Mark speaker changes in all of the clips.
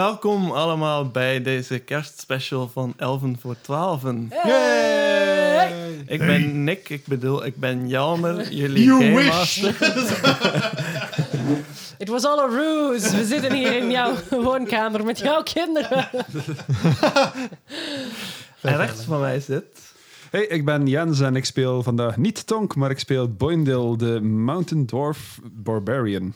Speaker 1: welkom allemaal bij deze kerstspecial van Elven voor Twaalfen. Ik ben Nick, ik bedoel, ik ben Jelmer, jullie
Speaker 2: You
Speaker 1: Game
Speaker 2: wish.
Speaker 1: Master.
Speaker 3: It was all a ruse. We zitten hier in jouw woonkamer met jouw kinderen.
Speaker 1: En rechts van mij zit...
Speaker 4: Hey, ik ben Jens en ik speel vandaag niet Tonk, maar ik speel Boindil, de Mountain Dwarf Barbarian.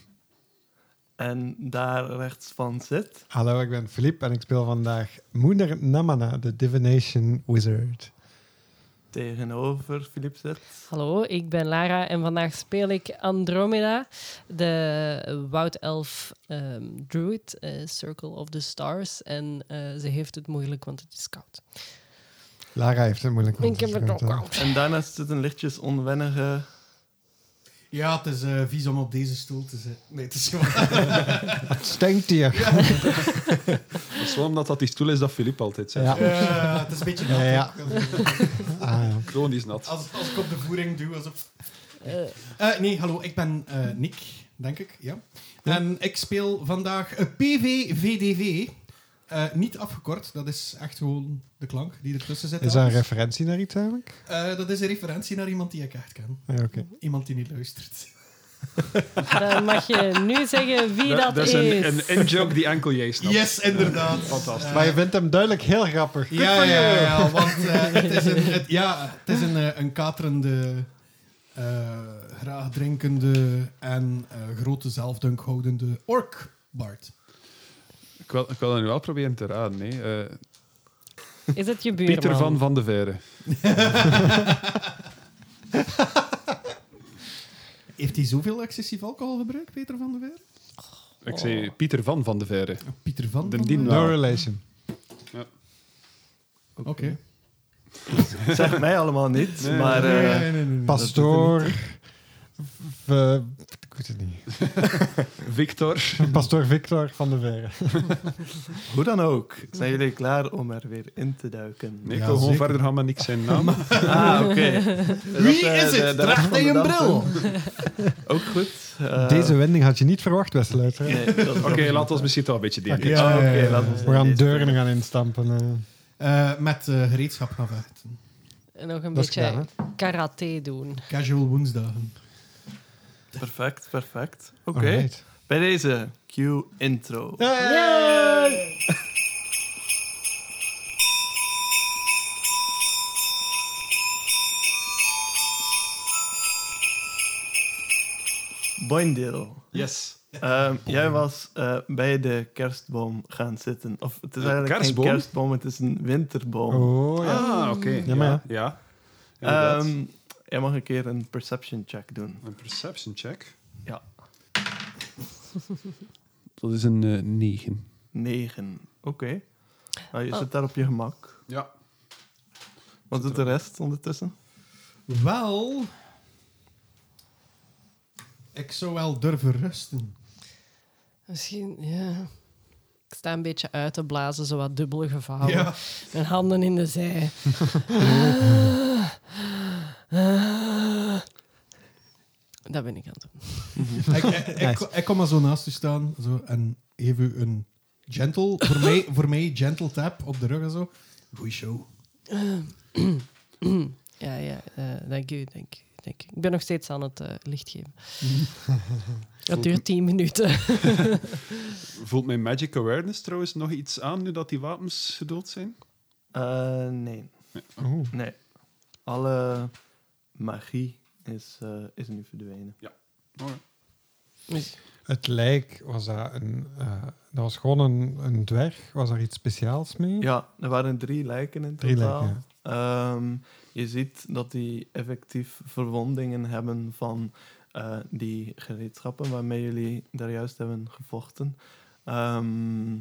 Speaker 1: En daar rechts van zit...
Speaker 2: Hallo, ik ben Filip en ik speel vandaag Moeder Namana, de Divination Wizard.
Speaker 1: Tegenover Filip zit...
Speaker 3: Hallo, ik ben Lara en vandaag speel ik Andromeda, de woudelf ehm, druid, eh, Circle of the Stars. En eh, ze heeft het moeilijk, want het is koud.
Speaker 2: Lara heeft het moeilijk. want
Speaker 3: ik heb
Speaker 2: ze
Speaker 3: het ook
Speaker 2: is groot, hè?
Speaker 3: koud.
Speaker 1: En daarnaast zit een lichtjes onwennige...
Speaker 5: Ja, het is eh, vies om op deze stoel te zitten. Nee, het is gewoon...
Speaker 2: Het stinkt hier.
Speaker 4: Dat is wel omdat dat die stoel is dat Filip altijd zegt.
Speaker 2: Ja.
Speaker 5: Eh, het is een beetje nat.
Speaker 2: Ja, ja. Ah, ja.
Speaker 4: Chronisch nat.
Speaker 5: Als, als ik op de voering duw, alsof...
Speaker 3: Eh,
Speaker 5: Eh, nee, hallo, ik ben eh, Nick, denk ik. Ja. En ik speel vandaag eh, PVVDV. Eh, niet afgekort, dat is echt gewoon de klank die ertussen zit.
Speaker 2: Is dat een referentie naar iets eigenlijk?
Speaker 5: Eh, dat is een referentie naar iemand die ik echt ken.
Speaker 2: Ja, Oké.
Speaker 5: Iemand die niet luistert.
Speaker 3: dan mag je nu zeggen wie dat,
Speaker 4: is
Speaker 3: is.
Speaker 4: een, een in-joke die enkel jij snapt.
Speaker 5: Yes, inderdaad.
Speaker 4: Fantastisch.
Speaker 5: Eh,
Speaker 2: Maar je vindt hem duidelijk heel grappig.
Speaker 5: Ja, ja, ja, ja, want eh, het is een, het, ja, het is een, eh, een katerende, eh, graag drinkende en eh, grote zelfdunk houdende ork, Bart.
Speaker 4: Ik, wil, ik wil dat nu wel proberen te raden. hè. Eh,
Speaker 3: Is het je buurman?
Speaker 4: Pieter van Van de Veire.
Speaker 5: Heeft hij zoveel excessief alcohol gebruikt, Peter van der Weer?
Speaker 4: Ik
Speaker 3: Oh.
Speaker 4: zei Pieter van Van de Veire.
Speaker 5: Pieter van
Speaker 4: De
Speaker 5: der
Speaker 4: dien
Speaker 5: Weer?
Speaker 2: No relation.
Speaker 5: Oké.
Speaker 1: Zeg mij allemaal niet,
Speaker 4: Nee.
Speaker 1: maar... eh,
Speaker 5: Nee, nee, nee, nee.
Speaker 2: Pastoor. v- Ik weet het niet.
Speaker 4: Victor.
Speaker 2: Pastoor Victor van der Verre.
Speaker 1: Hoe dan ook, zijn jullie klaar om er weer in te duiken?
Speaker 4: Nee, ik
Speaker 2: Ja,
Speaker 4: wil gewoon
Speaker 2: zeker.
Speaker 4: verder gaan met niks zijn naam.
Speaker 1: Ah, oké. eh,
Speaker 5: Wie is het? Draagt hij een bril?
Speaker 1: Ook goed. eh,
Speaker 2: Deze wending had je niet verwacht, beste luisteraar.
Speaker 1: nee, dat is
Speaker 4: Oké,
Speaker 1: absoluut-
Speaker 4: laten we misschien toch een beetje die.
Speaker 2: Oké.
Speaker 1: Ja,
Speaker 2: Ja,
Speaker 1: oké,
Speaker 2: ja, ja.
Speaker 1: laten we
Speaker 2: We gaan
Speaker 1: deze-
Speaker 2: deuren gaan instampen. eh.
Speaker 5: Eh, met eh, gereedschap gaan vechten.
Speaker 3: En nog een
Speaker 2: Dat is
Speaker 3: beetje
Speaker 2: klaar, hè?
Speaker 3: karate doen.
Speaker 5: Casual woensdagen.
Speaker 1: Perfect, perfect. Oké,
Speaker 2: Alright.
Speaker 1: bij deze cue intro. Boindeel,
Speaker 4: Yes.
Speaker 1: ehm, jij was eh, bij de kerstboom gaan zitten. Of het is
Speaker 4: Een
Speaker 1: eigenlijk
Speaker 4: kerstboom?
Speaker 1: geen kerstboom, het is een winterboom.
Speaker 2: Oh ja.
Speaker 4: Ah, oké.
Speaker 2: Ja, maar ja.
Speaker 4: Ja. Inderdaad.
Speaker 1: Ehm, jij mag een keer een perception check doen.
Speaker 4: Een perception check.
Speaker 1: Ja.
Speaker 4: Dat is een eh, 9.
Speaker 1: 9. Oké. Nou, je
Speaker 3: Oh.
Speaker 1: zit daar op je gemak.
Speaker 4: Ja.
Speaker 1: Wat doet de rest ondertussen?
Speaker 5: Wel... Ik zou wel durven rusten.
Speaker 3: Misschien, ja. Ik sta een beetje uit te blazen, zo wat dubbele gevouwen.
Speaker 5: Ja.
Speaker 3: Mijn handen in de zij. dat ben ik aan het doen.
Speaker 5: ik, ik, ik-
Speaker 2: Nice.
Speaker 5: ik kom maar zo naast u staan zo, en geef u een gentle, voor mij, voor mij gentle tap op de rug en zo. Goeie show.
Speaker 3: Ja, ja, eh, dank u, dank u, dank u. Ik ben nog steeds aan het eh, licht geven. dat duurt tien minuten.
Speaker 4: Voelt mijn magic awareness trouwens nog iets aan nu dat die wapens gedood zijn?
Speaker 1: Eh, nee.
Speaker 2: Oeh.
Speaker 1: Nee. Alle magie is, eh, is nu verdwenen.
Speaker 4: Oh,
Speaker 3: Dus
Speaker 2: Het lijk was dat een. eh, dat was gewoon een, een dwerg. Was er iets speciaals mee?
Speaker 1: Ja, er waren drie lijken in
Speaker 2: Drie
Speaker 1: totaal.
Speaker 2: lijken,
Speaker 1: Ehm, je ziet dat die effectief verwondingen hebben van eh, die gereedschappen waarmee jullie daar juist hebben gevochten. Ehm,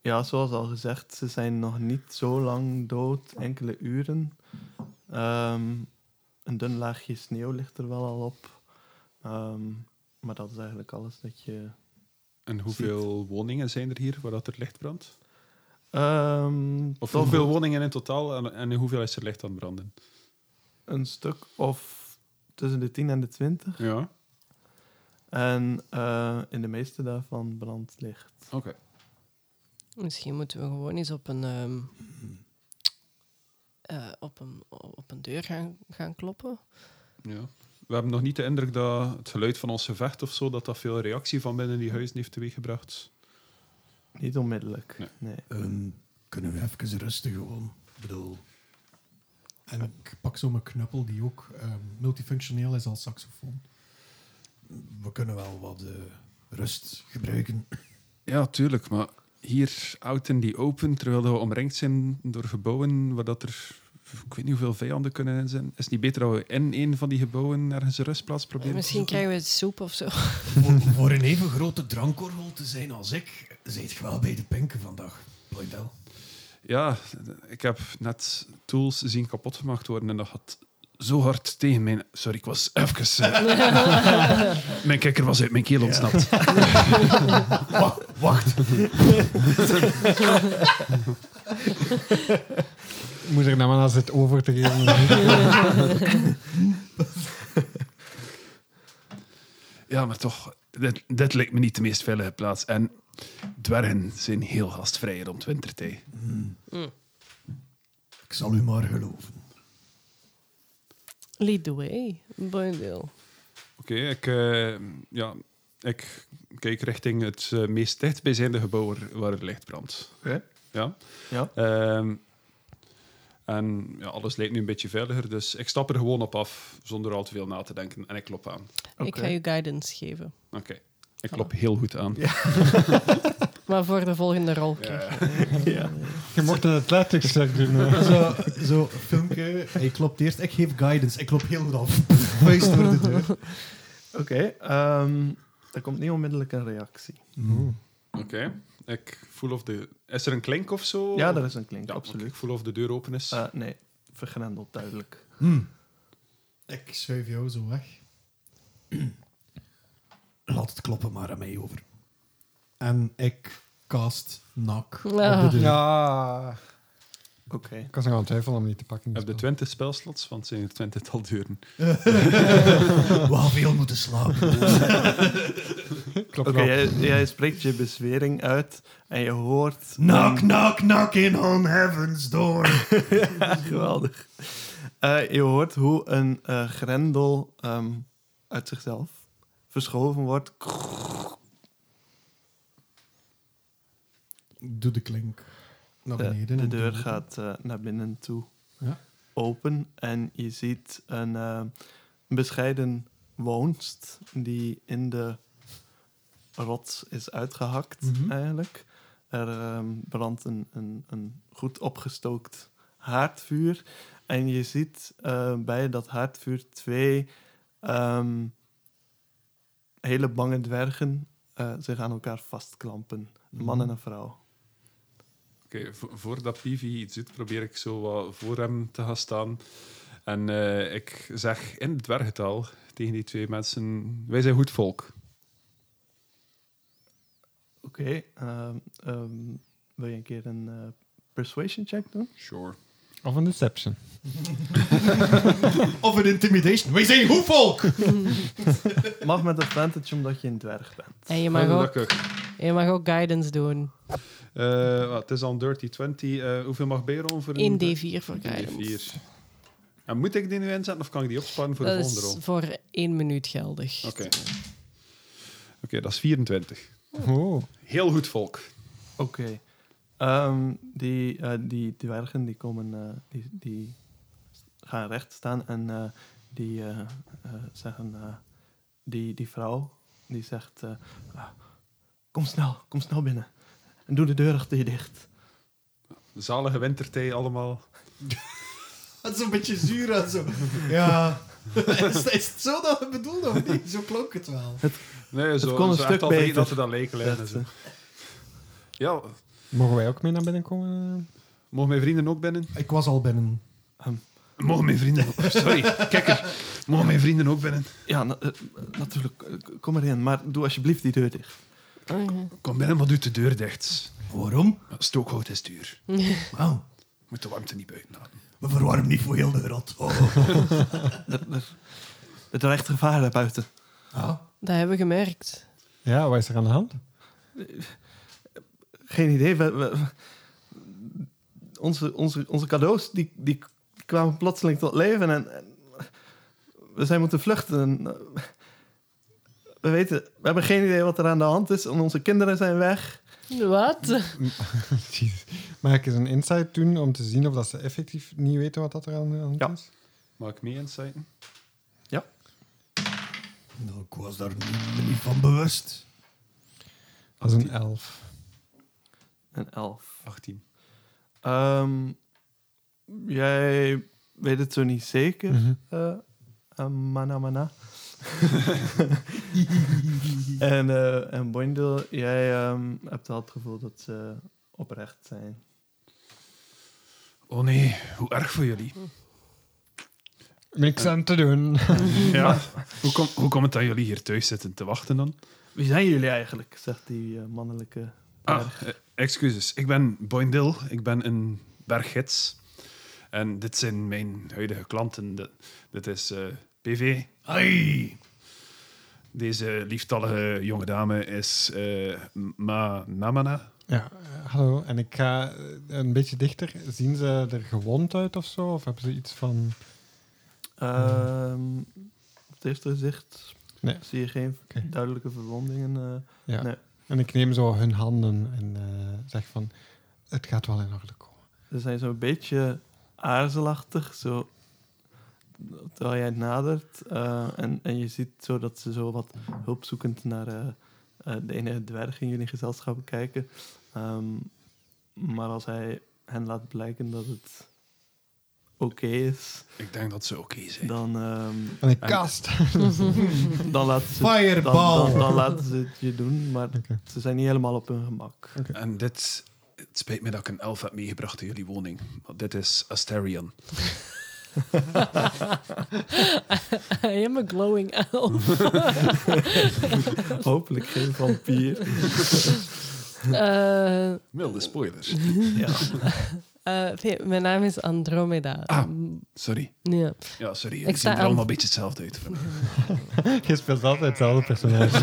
Speaker 1: ja, zoals al gezegd, ze zijn nog niet zo lang dood, enkele uren. Ehm, een dun laagje sneeuw ligt er wel al op. Ehm, maar dat is eigenlijk alles dat je
Speaker 4: En hoeveel woningen zijn er hier waar dat er licht brandt?
Speaker 1: Ehm,
Speaker 4: Of
Speaker 1: toch
Speaker 4: hoeveel woningen in totaal en, en hoeveel is er licht aan het branden?
Speaker 1: een stuk of tussen de 10 en de 20.
Speaker 4: Ja,
Speaker 1: En eh, in de meeste daarvan brandt licht.
Speaker 4: oké.
Speaker 3: Misschien moeten we gewoon eens op een, ehm, eh, op een, op een deur gaan, gaan kloppen.
Speaker 4: Ja. We hebben nog niet de indruk dat het geluid van ons gevecht of zo, dat dat veel reactie van binnen die huizen heeft teweeggebracht.
Speaker 1: Niet onmiddellijk.
Speaker 4: Nee.
Speaker 1: Nee.
Speaker 5: Ehm, kunnen we even rusten gewoon? Ik bedoel... En ik pak zo mijn knuppel, die ook ehm, multifunctioneel is als saxofoon. We kunnen wel wat eh, rust gebruiken.
Speaker 4: Ja, tuurlijk, maar hier out in die open, terwijl we omringd zijn door gebouwen waar dat er ik weet niet hoeveel vijanden kunnen in zijn. Is het niet beter dat we in een van die gebouwen ergens een rustplaats proberen?
Speaker 3: Misschien krijgen we soep of zo.
Speaker 5: voor, voor een even grote drankorrel te zijn als ik, zit je wel bij de pinken vandaag. Bloydel.
Speaker 4: Ja, ik heb net tools zien kapotgemaakt worden en dat had zo hard tegen mijn... Sorry, ik was even... eh, mijn kikker was uit mijn keel ontsnapt.
Speaker 5: Wacht, wacht.
Speaker 2: Moet er nou maar naar zit over te geven.
Speaker 4: Ja, maar toch, dit, dit lijkt me niet de meest veilige plaats. En dwergen zijn heel gastvrij rond wintertijd.
Speaker 5: Ik zal u maar geloven.
Speaker 3: Lead the way, Boindeel.
Speaker 4: Oké, ik, eh, ja, ik kijk richting het eh, meest dichtbijzijnde gebouw waar- waar er licht brandt.
Speaker 1: Oké.
Speaker 4: Ja.
Speaker 1: Ja.
Speaker 4: Ehm, en ja, alles lijkt nu een beetje veiliger, dus ik stap er gewoon op af zonder al te veel na te denken en ik klop aan.
Speaker 3: Ik ga je guidance geven.
Speaker 4: Oké, ik klop heel goed aan.
Speaker 3: Maar voor de volgende rol.
Speaker 4: Ja.
Speaker 2: Je mocht een athletics check doen. hè.
Speaker 5: Zo, zo filmpje. Hij klopt eerst. Ik geef guidance. Ik klop heel goed af. Vuist door de deur.
Speaker 1: Oké, ehm, er komt niet onmiddellijk een reactie.
Speaker 5: Hmm.
Speaker 4: Oké, ik voel of de... Is er een klink of zo?
Speaker 1: Ja, er is een klink,
Speaker 4: Oh. Ja, oké,
Speaker 1: absoluut.
Speaker 4: Ik voel of de deur open is.
Speaker 1: Eh, nee, vergrendeld, duidelijk.
Speaker 5: Hmm. Ik schuif jou zo weg. Laat het kloppen maar aan mij over. En ik cast nak op de deur.
Speaker 2: Ja,
Speaker 1: Oké.
Speaker 2: ik was nog aan het twijfelen om niet te pakken. Dus
Speaker 4: Heb de 20 spelslots, want het zijn er 20 al deuren.
Speaker 5: We hadden veel moeten slapen.
Speaker 2: Klopt
Speaker 1: Oké,
Speaker 2: wel.
Speaker 1: jij, jij spreekt je bezwering uit en je hoort...
Speaker 5: Knock, knock, knock in on heaven's door.
Speaker 1: Ja, geweldig. Eh, je hoort hoe een eh, grendel ehm, uit zichzelf verschoven wordt.
Speaker 5: Doe de klink naar
Speaker 1: De,
Speaker 5: beneden.
Speaker 1: de deur gaat eh, naar binnen toe
Speaker 2: Ja.
Speaker 1: open en je ziet een eh, bescheiden woonst die in de rots is uitgehakt
Speaker 2: Mhm.
Speaker 1: eigenlijk. Er ehm, brandt een, een, een goed opgestookt haardvuur en je ziet eh, bij dat haardvuur twee ehm, hele bange dwergen eh, zich aan elkaar vastklampen. Een man en een vrouw.
Speaker 4: Oké, vo- voordat Pivi iets doet, probeer ik zo wat voor hem te gaan staan. En eh, ik zeg in het dwergentaal tegen die twee mensen: Wij zijn goed volk.
Speaker 1: Oké, ehm, ehm, wil je een keer een eh, persuasion check doen?
Speaker 4: Sure.
Speaker 2: Of een deception.
Speaker 5: Of een intimidation. Wij zijn hoe volk?
Speaker 1: Mag met advantage omdat je een dwerg bent.
Speaker 3: En je mag, ook, je mag ook guidance doen.
Speaker 4: Eh, het is al een dirty 20. Eh, hoeveel mag bijrollen voor
Speaker 3: 1
Speaker 4: een
Speaker 3: D4 voor guidance.
Speaker 4: 1d4. En moet ik die nu inzetten of kan ik die opsparen voor de
Speaker 3: Dat
Speaker 4: volgende rol?
Speaker 3: is
Speaker 4: Oké,
Speaker 3: voor 1 minuut geldig.
Speaker 4: Oké. dat is 24.
Speaker 2: Oh.
Speaker 4: Heel goed volk.
Speaker 1: Oké. Ehm, die, eh, die dwergen die komen, eh, die, die gaan recht staan en eh, die eh, eh, zeggen, eh, die, die vrouw die zegt, eh, ah, kom snel, kom snel binnen. En doe de deur achter je dicht.
Speaker 4: Zalige wintertij allemaal.
Speaker 5: Het is een beetje zuur en zo. Ja. is, is het zo dat we bedoelden of niet? Zo klonk het wel.
Speaker 4: Nee, zo,
Speaker 1: kon een
Speaker 4: zo echt
Speaker 1: stuk
Speaker 4: al tegen
Speaker 1: beter. eh.
Speaker 4: dat er dan lijken liggen en
Speaker 1: Zegt
Speaker 4: zo.
Speaker 1: ze.
Speaker 4: Ja,
Speaker 2: Mogen wij ook mee naar binnen komen?
Speaker 4: mogen mijn vrienden ook binnen?
Speaker 5: Ik was al binnen.
Speaker 4: Mogen mijn vrienden ook... Sorry, kikker. Mogen mijn vrienden ook binnen?
Speaker 1: Ja, na- eh, natuurlijk, eh, kom erin, maar doe alsjeblieft die deur dicht.
Speaker 3: Oké.
Speaker 4: Kom binnen, maar doe de deur dicht.
Speaker 5: Waarom?
Speaker 4: Stookhout is duur.
Speaker 5: Nou,
Speaker 4: Moet de warmte niet buiten laten.
Speaker 5: we verwarmen niet voor heel de wereld. Oh.
Speaker 1: Er, er, er dreigt gevaar daar buiten.
Speaker 5: Ja.
Speaker 3: Dat hebben we gemerkt.
Speaker 2: Ja, wat is er aan de hand?
Speaker 1: Geen idee. We- we- onze, onze, onze cadeaus die, die kwamen plotseling tot leven en, en we zijn moeten vluchten. En, eh, we weten, we hebben geen idee wat er aan de hand is. En onze kinderen zijn weg.
Speaker 3: Wat?
Speaker 2: Jezus. Mag ik eens een insight doen om te zien of dat ze effectief niet weten wat dat er aan de hand
Speaker 1: Ja.
Speaker 2: is?
Speaker 4: Mag ik mee insighten?
Speaker 5: Nou, ik was daar niet, niet van bewust.
Speaker 2: Dat is een elf.
Speaker 1: Een elf.
Speaker 4: 18.
Speaker 1: Ehm, jij weet het zo niet zeker,
Speaker 2: Mhm.
Speaker 1: eh, eh, mana mana. en, eh en Boindel, jij ehm, hebt wel het gevoel dat ze oprecht zijn.
Speaker 4: Oh nee, hoe erg voor jullie.
Speaker 2: Niks aan te doen.
Speaker 4: Ja. hoe, kom, hoe komt het dat jullie hier thuis zitten te wachten dan?
Speaker 1: Wie zijn jullie eigenlijk? Zegt die eh, mannelijke.
Speaker 4: Ah, eh, excuses. Ik ben Boindil. Ik ben een berggids. En dit zijn mijn huidige klanten. De- dit is eh, PV. Hoi! Deze lieftallige jonge dame is eh, Ma Namana.
Speaker 2: Ja, eh, hallo. En ik ga eh, een beetje dichter. Zien ze er gewond uit of zo? Of hebben ze iets van...
Speaker 1: Ehm, op het eerste gezicht
Speaker 2: Nee.
Speaker 1: zie je geen
Speaker 2: Oké.
Speaker 1: duidelijke verwondingen. eh.
Speaker 2: Ja.
Speaker 1: Nee.
Speaker 2: En ik neem zo hun handen en eh, zeg van... Het gaat wel in orde komen.
Speaker 1: ze zijn zo'n beetje aarzelachtig. Zo, terwijl jij het nadert. eh, en, en je ziet zo dat ze zo wat hulpzoekend naar eh, eh, de ene dwerg in jullie gezelschap kijken. Ehm, maar als hij hen laat blijken dat het oké is,
Speaker 4: Ik denk dat ze oké zijn.
Speaker 1: dan, ehm,
Speaker 2: En ik
Speaker 4: En-
Speaker 2: kast.
Speaker 1: dan, laten ze, dan,
Speaker 5: Fireball!
Speaker 1: dan, dan laten ze het je doen. Maar
Speaker 2: Oké.
Speaker 1: ze zijn niet helemaal op hun gemak.
Speaker 4: En dit... Het spijt me dat ik een elf heb meegebracht in jullie woning. Want dit is Asterion.
Speaker 3: I am a glowing elf.
Speaker 1: Hopelijk geen vampier.
Speaker 3: Eh,
Speaker 4: Milde spoilers.
Speaker 1: ja.
Speaker 3: eh, nee, mijn naam is Andromeda.
Speaker 4: Ah.
Speaker 3: Mm,
Speaker 4: Sorry.
Speaker 3: Ja.
Speaker 4: Ja, sorry.
Speaker 3: Ik
Speaker 4: Ik
Speaker 3: sta
Speaker 4: zie er
Speaker 3: aan-
Speaker 4: allemaal een beetje hetzelfde uit.
Speaker 2: Je speelt altijd hetzelfde personage.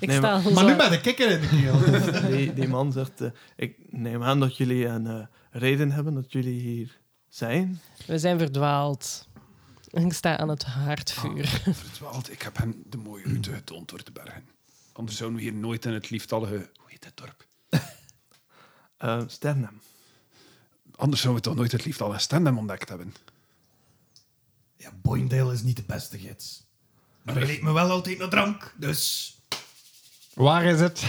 Speaker 3: Ik
Speaker 1: Nee,
Speaker 3: sta al
Speaker 5: Maar
Speaker 3: zo-
Speaker 5: nu ben ik kikker in de keel.
Speaker 1: Die, die man zegt, eh, ik neem aan dat jullie een eh, reden hebben dat jullie hier zijn.
Speaker 3: We zijn verdwaald. Ik sta aan het haardvuur.
Speaker 4: Verdwaald, ik heb hem de mooie route getoond door de bergen. Anders zouden we hier nooit in het lieftallige... Hoe heet dat dorp?
Speaker 1: Eh Sternum.
Speaker 4: Anders zouden we toch nooit het lieftallige Stendem ontdekt hebben.
Speaker 5: Ja, Boindale is niet de beste gids. Maar hij leek me wel altijd naar drank, dus...
Speaker 2: Waar is het?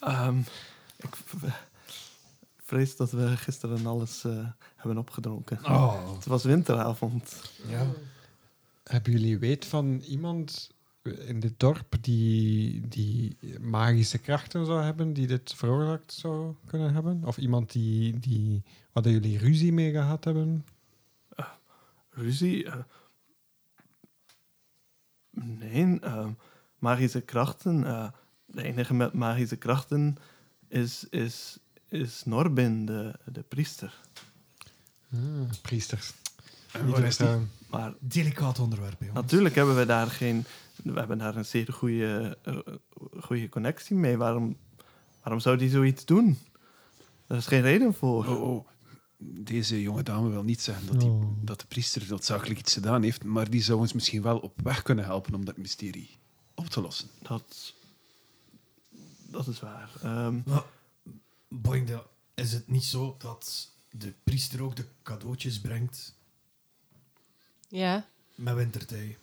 Speaker 1: Ehm, ik v- vrees dat we gisteren alles eh, hebben opgedronken.
Speaker 5: Oh.
Speaker 1: Het was winteravond.
Speaker 5: Ja.
Speaker 2: Hebben jullie weet van iemand in dit dorp die, die magische krachten zou hebben, die dit veroorzaakt zou kunnen hebben? Of iemand die, die waar dat jullie ruzie mee gehad hebben?
Speaker 1: Ruzie? eh, nee, eh, magische krachten. eh, de enige met magische krachten is, is, is Norbin, de, de priester.
Speaker 2: Ah, priesters.
Speaker 4: En waar is die?
Speaker 2: eh,
Speaker 1: Maar
Speaker 5: Delicaat onderwerp, jongens.
Speaker 1: Natuurlijk hebben we daar geen. We hebben daar een zeer goede, eh, goede connectie mee. Waarom, waarom zou die zoiets doen? Daar is geen reden voor.
Speaker 4: Oh, oh. Deze jonge dame wil niet zeggen dat, die,
Speaker 2: Oh.
Speaker 4: dat de priester noodzakelijk iets gedaan heeft, maar die zou ons misschien wel op weg kunnen helpen om dat mysterie op te lossen.
Speaker 1: Dat, dat is waar. Ehm,
Speaker 5: Maar, Boindale, is het niet zo dat de priester ook de cadeautjes brengt
Speaker 3: Ja.
Speaker 5: met wintertij?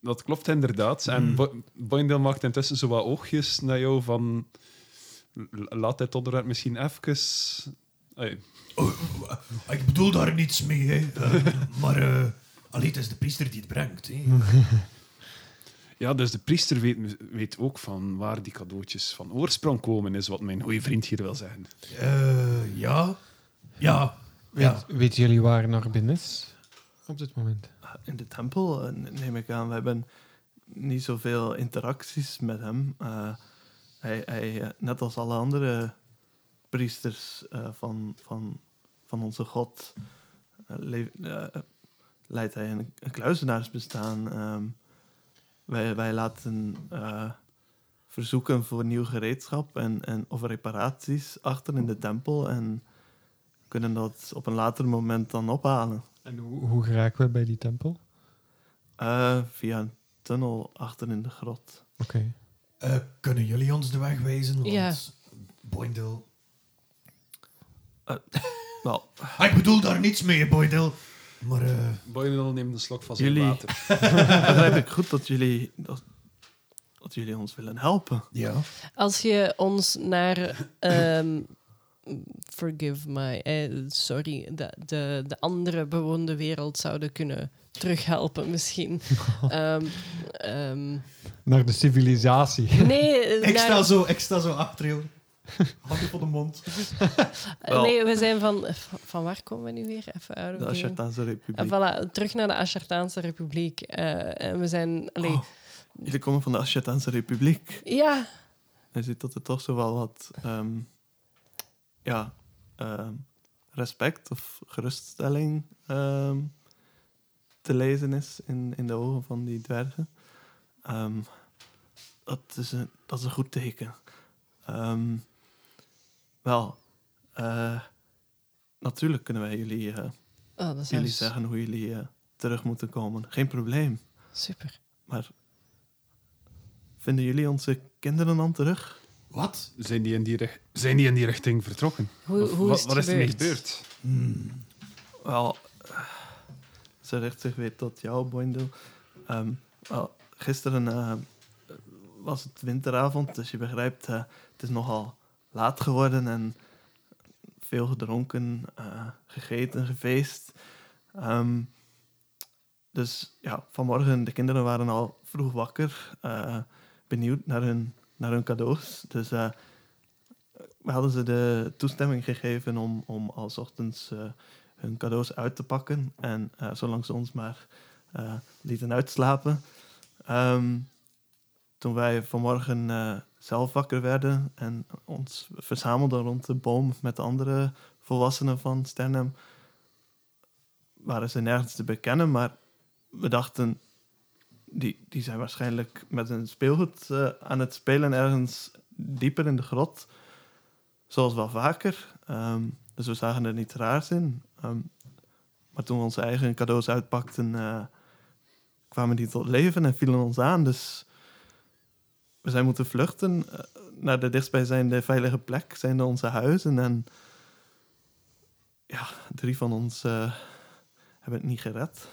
Speaker 4: Dat klopt inderdaad. En Bo- Boindel maakt intussen zo wat oogjes naar jou van... "L- Laat dit onderwerp misschien even... Ai,
Speaker 5: Ah, Ik bedoel daar niets mee, hè. Eh, maar eh allee, het is de priester die het brengt. Hè.
Speaker 4: Ja, dus de priester weet, weet ook van waar die cadeautjes van oorsprong komen, is wat mijn goede vriend hier wil zeggen.
Speaker 5: Eh, ja. Ja. Ja.
Speaker 2: weet, weten jullie waar Norbin is op dit moment?
Speaker 1: in de tempel eh, neem ik aan. We hebben niet zoveel interacties met hem. Eh, hij, hij, eh, net als alle andere priesters eh, van, van, van onze God, eh, le- eh, leidt hij een, een kluizenaarsbestaan. Ehm, wij, wij laten eh, verzoeken voor nieuw gereedschap en, en, of reparaties achter in de tempel. En kunnen dat op een later moment dan ophalen.
Speaker 2: En hoe, hoe geraken we bij die tempel? Oké.
Speaker 1: Eh, via een tunnel achter in de grot.
Speaker 5: Eh, kunnen jullie ons de weg wijzen? Want
Speaker 3: Ja.
Speaker 5: Boindel...
Speaker 1: Nou,
Speaker 5: Ah, ik bedoel daar niets mee, Boindel. Maar eh,
Speaker 4: Boyle neemt een slok van zijn
Speaker 1: Jullie-
Speaker 4: water.
Speaker 1: begrijp ik goed dat jullie, dat, dat jullie ons willen helpen.
Speaker 5: ja,
Speaker 3: Als je ons naar. ehm, forgive my. eh, sorry. De, de, de andere bewoonde wereld zouden kunnen terughelpen, misschien. Ehm, ehm,
Speaker 2: Naar de civilisatie.
Speaker 3: nee, eh,
Speaker 5: ik
Speaker 3: naar-
Speaker 5: sta, zo, ik sta zo achter jou. Handen voor de mond.
Speaker 3: eh, nee, we zijn van. v- Van waar komen we nu weer? Even uit.
Speaker 1: De Ashartaanse
Speaker 3: En
Speaker 1: Republiek.
Speaker 3: Eh, voilà, terug naar de Ashartaanse Republiek. Eh, en we zijn. allee,
Speaker 1: Oh, jullie komen van de Ashartaanse Republiek.
Speaker 3: Ja,
Speaker 1: Je ziet dat er toch zo wel wat ehm, ja, ehm, respect of geruststelling ehm, te lezen is in, in de ogen van die dwergen. Ehm, dat, is een, dat is een goed teken. Ehm, wel, eh, natuurlijk kunnen wij jullie, eh,
Speaker 3: oh, dat is
Speaker 1: jullie
Speaker 3: juist.
Speaker 1: zeggen hoe jullie eh, terug moeten komen. Geen probleem.
Speaker 3: super.
Speaker 1: Maar vinden jullie onze kinderen dan terug?
Speaker 5: Wat?
Speaker 4: Zijn die, in die, rech- zijn die in die richting vertrokken?
Speaker 3: Hoe,
Speaker 4: Of
Speaker 3: hoe
Speaker 4: wa-
Speaker 3: is het
Speaker 4: wat is er mee
Speaker 3: gebeurd?
Speaker 4: gebeurd?
Speaker 5: Hmm.
Speaker 1: Wel, eh, ze richt zich weer tot jou, Boindel. Ehm, wel, gisteren eh, was het winteravond, dus je begrijpt, eh, het is nogal laat geworden en veel gedronken, eh, gegeten, gefeest. Ehm, dus ja, vanmorgen, de kinderen waren al vroeg wakker, eh, benieuwd naar hun, naar hun cadeaus. Dus eh, we hadden ze de toestemming gegeven om, om al 's ochtends... eh, hun cadeaus uit te pakken. En eh, zolang ze ons maar eh, lieten uitslapen. Ehm, toen wij vanmorgen eh, zelf wakker werden en ons verzamelden rond de boom met de andere volwassenen van Sternem, waren ze nergens te bekennen. Maar we dachten, die, die zijn waarschijnlijk met hun speelgoed eh, aan het spelen ergens dieper in de grot. Zoals wel vaker. Ehm, dus we zagen er niets raars in. Ehm, maar toen we onze eigen cadeaus uitpakten, eh, kwamen die tot leven en vielen ons aan. Dus we zijn moeten vluchten eh, naar de dichtstbijzijnde veilige plek, zijn onze huizen. En ja, drie van ons eh, hebben het niet gered.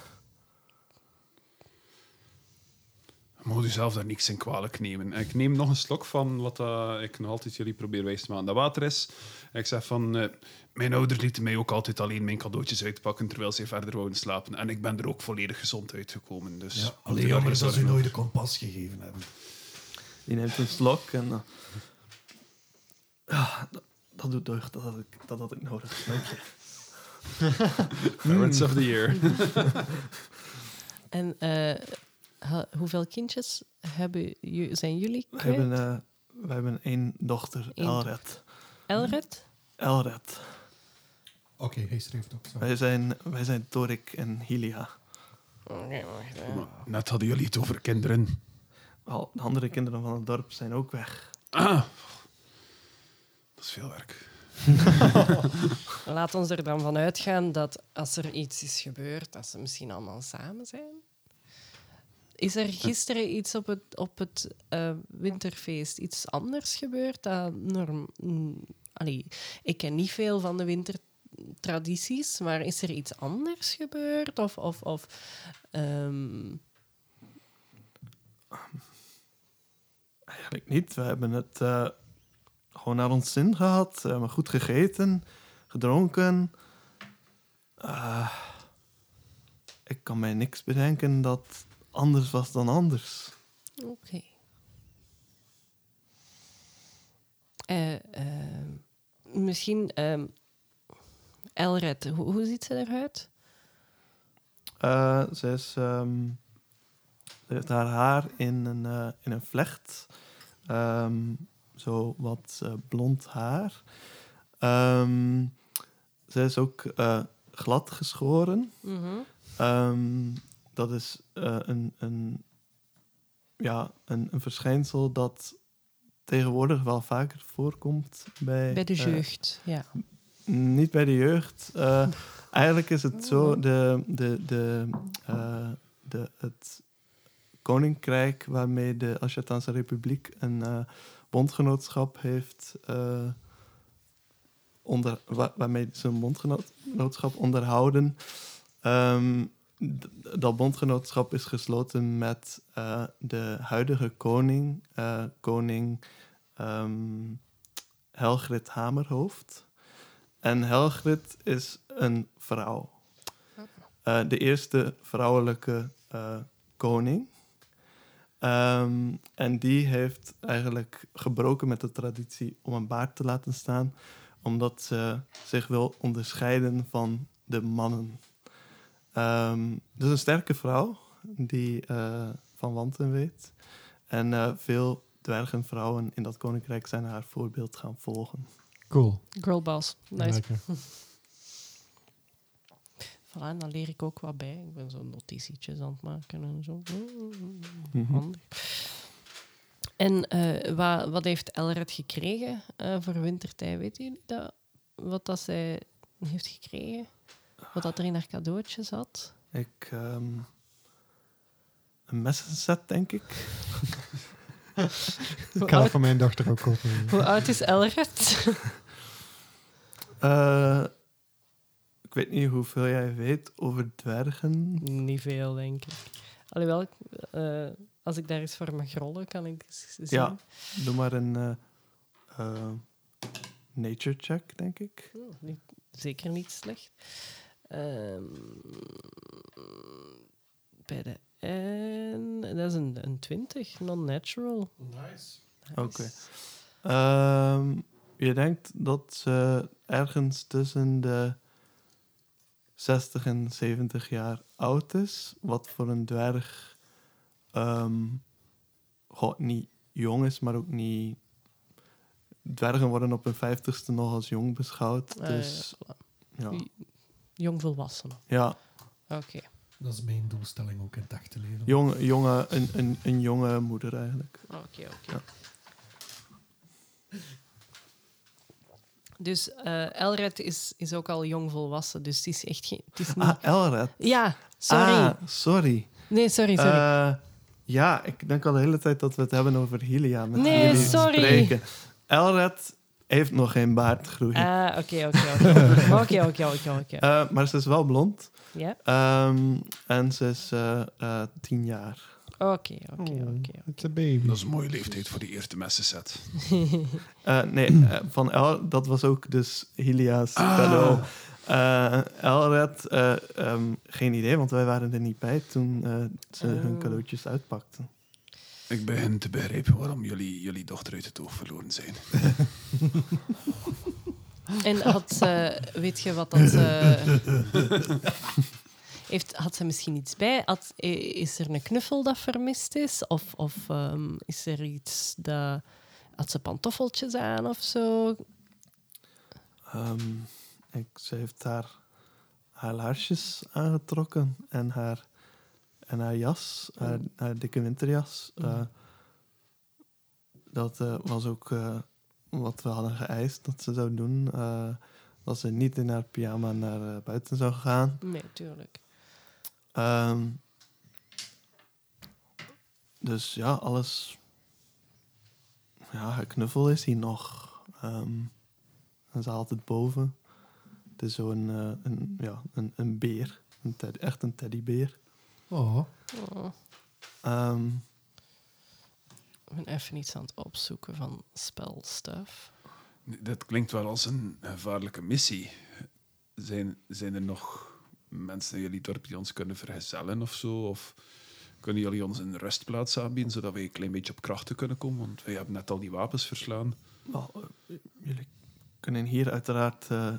Speaker 4: Moet u zelf daar niks in kwalijk nemen. En ik neem nog een slok van wat eh, ik nog altijd jullie probeer wijs te maken dat water is. En ik zeg van, eh, mijn ouders lieten mij ook altijd alleen mijn cadeautjes uitpakken terwijl ze verder wouden slapen. En ik ben er ook volledig gezond uitgekomen. Dus
Speaker 5: Ja,
Speaker 4: moet u
Speaker 5: alleen
Speaker 4: daar
Speaker 5: jammer
Speaker 4: geen
Speaker 5: dat ze
Speaker 4: zorgen
Speaker 5: u
Speaker 4: over-
Speaker 5: nooit de kompas gegeven hebben.
Speaker 1: Die neemt een slok en... eh, ja, dat, dat doet deugd, dat had ik, dat had ik nodig. Dank je.
Speaker 4: Parents of the year.
Speaker 3: En eh, ha- hoeveel kindjes hebben, ju- zijn jullie
Speaker 1: We
Speaker 3: kwijt?
Speaker 1: hebben, eh, we hebben één dochter,
Speaker 3: Eén
Speaker 1: Elred.
Speaker 3: Elred?
Speaker 1: Elred.
Speaker 5: Oké, hij schreef ook zo.
Speaker 1: Wij zijn, wij zijn Torik en Hylia.
Speaker 4: Net hadden jullie het over kinderen.
Speaker 1: Wel, de andere kinderen van het dorp zijn ook weg.
Speaker 4: Ah, dat is veel werk.
Speaker 3: Laat ons er dan van uitgaan dat als er iets is gebeurd, dat ze misschien allemaal samen zijn. Is er gisteren iets op het, op het eh, winterfeest, iets anders gebeurd? Dat norm... mm, Allee, ik ken niet veel van de wintertradities, maar is er iets anders gebeurd? Of, of, of ehm,
Speaker 1: Eigenlijk niet. We hebben het eh, gewoon naar ons zin gehad. We hebben goed gegeten, gedronken. Eh, ik kan mij niks bedenken dat anders was dan anders.
Speaker 3: Oké. Eh, ehm, misschien ehm, Elred, hoe, hoe ziet ze eruit?
Speaker 1: Eh, ze, is, ehm, ze heeft haar haar in een, eh, in een vlecht. Ehm, zo wat eh, blond haar. Ehm, ze is ook eh, glad geschoren.
Speaker 3: Mhm.
Speaker 1: Ehm, dat is eh, een, een, ja, een, een verschijnsel dat tegenwoordig wel vaker voorkomt bij,
Speaker 3: Bij de
Speaker 1: eh,
Speaker 3: jeugd, ja.
Speaker 1: niet bij de jeugd. Eh, eigenlijk is het zo, de, de, de, eh, de, het koninkrijk waarmee de Aschatanse Republiek een eh, bondgenootschap heeft, eh, onder, wa- waarmee ze een bondgenootschap onderhouden. Ehm, d- dat bondgenootschap is gesloten met eh, de huidige koning, eh, koning ehm, Helgrit Hamerhoofd. En Helgrit is een vrouw. Eh, de eerste vrouwelijke eh, koning. Ehm, en die heeft eigenlijk gebroken met de traditie om een baard te laten staan, omdat ze zich wil onderscheiden van de mannen. Ehm, dus een sterke vrouw die eh, van wanten weet. En eh, veel dwergenvrouwen in dat koninkrijk zijn haar voorbeeld gaan volgen.
Speaker 2: Cool.
Speaker 3: Girlboss. Nice.
Speaker 2: Lekker.
Speaker 3: Voilà, dan leer ik ook wat bij. Ik ben zo notitietjes aan het maken en zo.
Speaker 1: Mhm.
Speaker 3: Handig. En eh, wa- wat heeft Elred gekregen eh, voor wintertijd? Weet jullie dat? Wat dat zij heeft gekregen? Wat dat er in haar cadeautje zat?
Speaker 1: Ik. ehm, een messenset, denk ik.
Speaker 2: Ik
Speaker 3: Hoe
Speaker 2: kan dat
Speaker 3: oud,
Speaker 2: voor mijn dochter ook kopen.
Speaker 3: hoe oud is Elred?
Speaker 1: Eh, ik weet niet hoeveel jij weet over dwergen.
Speaker 3: Niet veel, denk ik. Alhoewel, ik, eh, als ik daar eens voor mag rollen, kan ik z- z- zien.
Speaker 1: Ja. Doe maar een eh, eh, nature check, denk ik.
Speaker 3: Oh, niet- zeker niet slecht. Ehm, bij de N, dat is een, een 20, non-natural.
Speaker 5: Nice.
Speaker 3: Nice.
Speaker 1: Oké. Ehm, je denkt dat ze ergens tussen de 60 en 70 jaar oud is. Wat voor een dwerg ehm, goh, niet jong is, maar ook niet. Dwergen worden op hun 50ste nog als jong beschouwd.
Speaker 3: Ah, ja,
Speaker 1: dus
Speaker 3: voilà.
Speaker 1: ja.
Speaker 3: Mm. Jongvolwassenen.
Speaker 1: ja.
Speaker 3: Oké.
Speaker 5: Dat is mijn doelstelling ook in het echte leven.
Speaker 1: Jonge, jonge, een, een, een jonge moeder eigenlijk.
Speaker 3: Oké, oké.
Speaker 1: Ja.
Speaker 3: Dus eh Elred is, is ook al jong volwassen, dus het is echt geen... Het is niet...
Speaker 1: Ah, Elred.
Speaker 3: ja, sorry.
Speaker 1: Ah, sorry.
Speaker 3: Nee, sorry, sorry.
Speaker 1: Eh, ja, ik denk al de hele tijd dat we het hebben over Hylia. Met
Speaker 3: Nee,
Speaker 1: jullie
Speaker 3: sorry.
Speaker 1: Spreken. Elred heeft nog geen baardgroei.
Speaker 3: Ah, oké, oké, oké. Oké, oké, oké, oké.
Speaker 1: Eh, maar ze is wel blond.
Speaker 3: Ja?
Speaker 1: Ehm, en ze is eh, eh, tien jaar.
Speaker 3: Oké, oké,
Speaker 2: Oh.
Speaker 3: oké.
Speaker 2: It's a baby.
Speaker 4: Dat is een mooie leeftijd voor die eerste messenset.
Speaker 1: Eh, nee, eh, van El, dat was ook dus Hylia's cadeau. Eh, Elred, eh, ehm, geen idee, want wij waren er niet bij toen eh, ze hun
Speaker 3: Oh.
Speaker 1: cadeautjes uitpakten.
Speaker 4: Ik begin te begrijpen waarom jullie, jullie dochter uit het oog verloren zijn.
Speaker 3: En had ze, weet je wat dat ze- Heeft, had ze misschien iets bij? Had, i- is er een knuffel dat vermist is? Of, of ehm, is er iets dat... Had ze pantoffeltjes aan of zo?
Speaker 1: Ehm, ik, ze heeft haar, haar laarsjes aangetrokken en haar, en haar jas, haar, haar dikke winterjas. Eh, dat eh, was ook eh, wat we hadden geëist dat ze zou doen. eh, dat ze niet in haar pyjama naar eh, buiten zou gaan.
Speaker 3: Nee, tuurlijk.
Speaker 1: Ehm, dus ja, alles. Ja, haar knuffel is hier nog. Ehm, en ze haalt het boven. Het is zo'n eh, een, ja, een, een beer. Een ted- echt een teddybeer.
Speaker 5: Oh,
Speaker 3: Oh,
Speaker 1: Ehm,
Speaker 3: ik ben even iets aan het opzoeken van spelstuff.
Speaker 4: Dat klinkt wel als een gevaarlijke missie. Zijn, zijn er nog mensen in jullie dorp die ons kunnen vergezellen of zo? Of kunnen jullie ons een rustplaats aanbieden, zodat wij een klein beetje op krachten kunnen komen? Want wij hebben net al die wapens verslaan.
Speaker 1: wel, eh, jullie kunnen hier uiteraard eh, eh,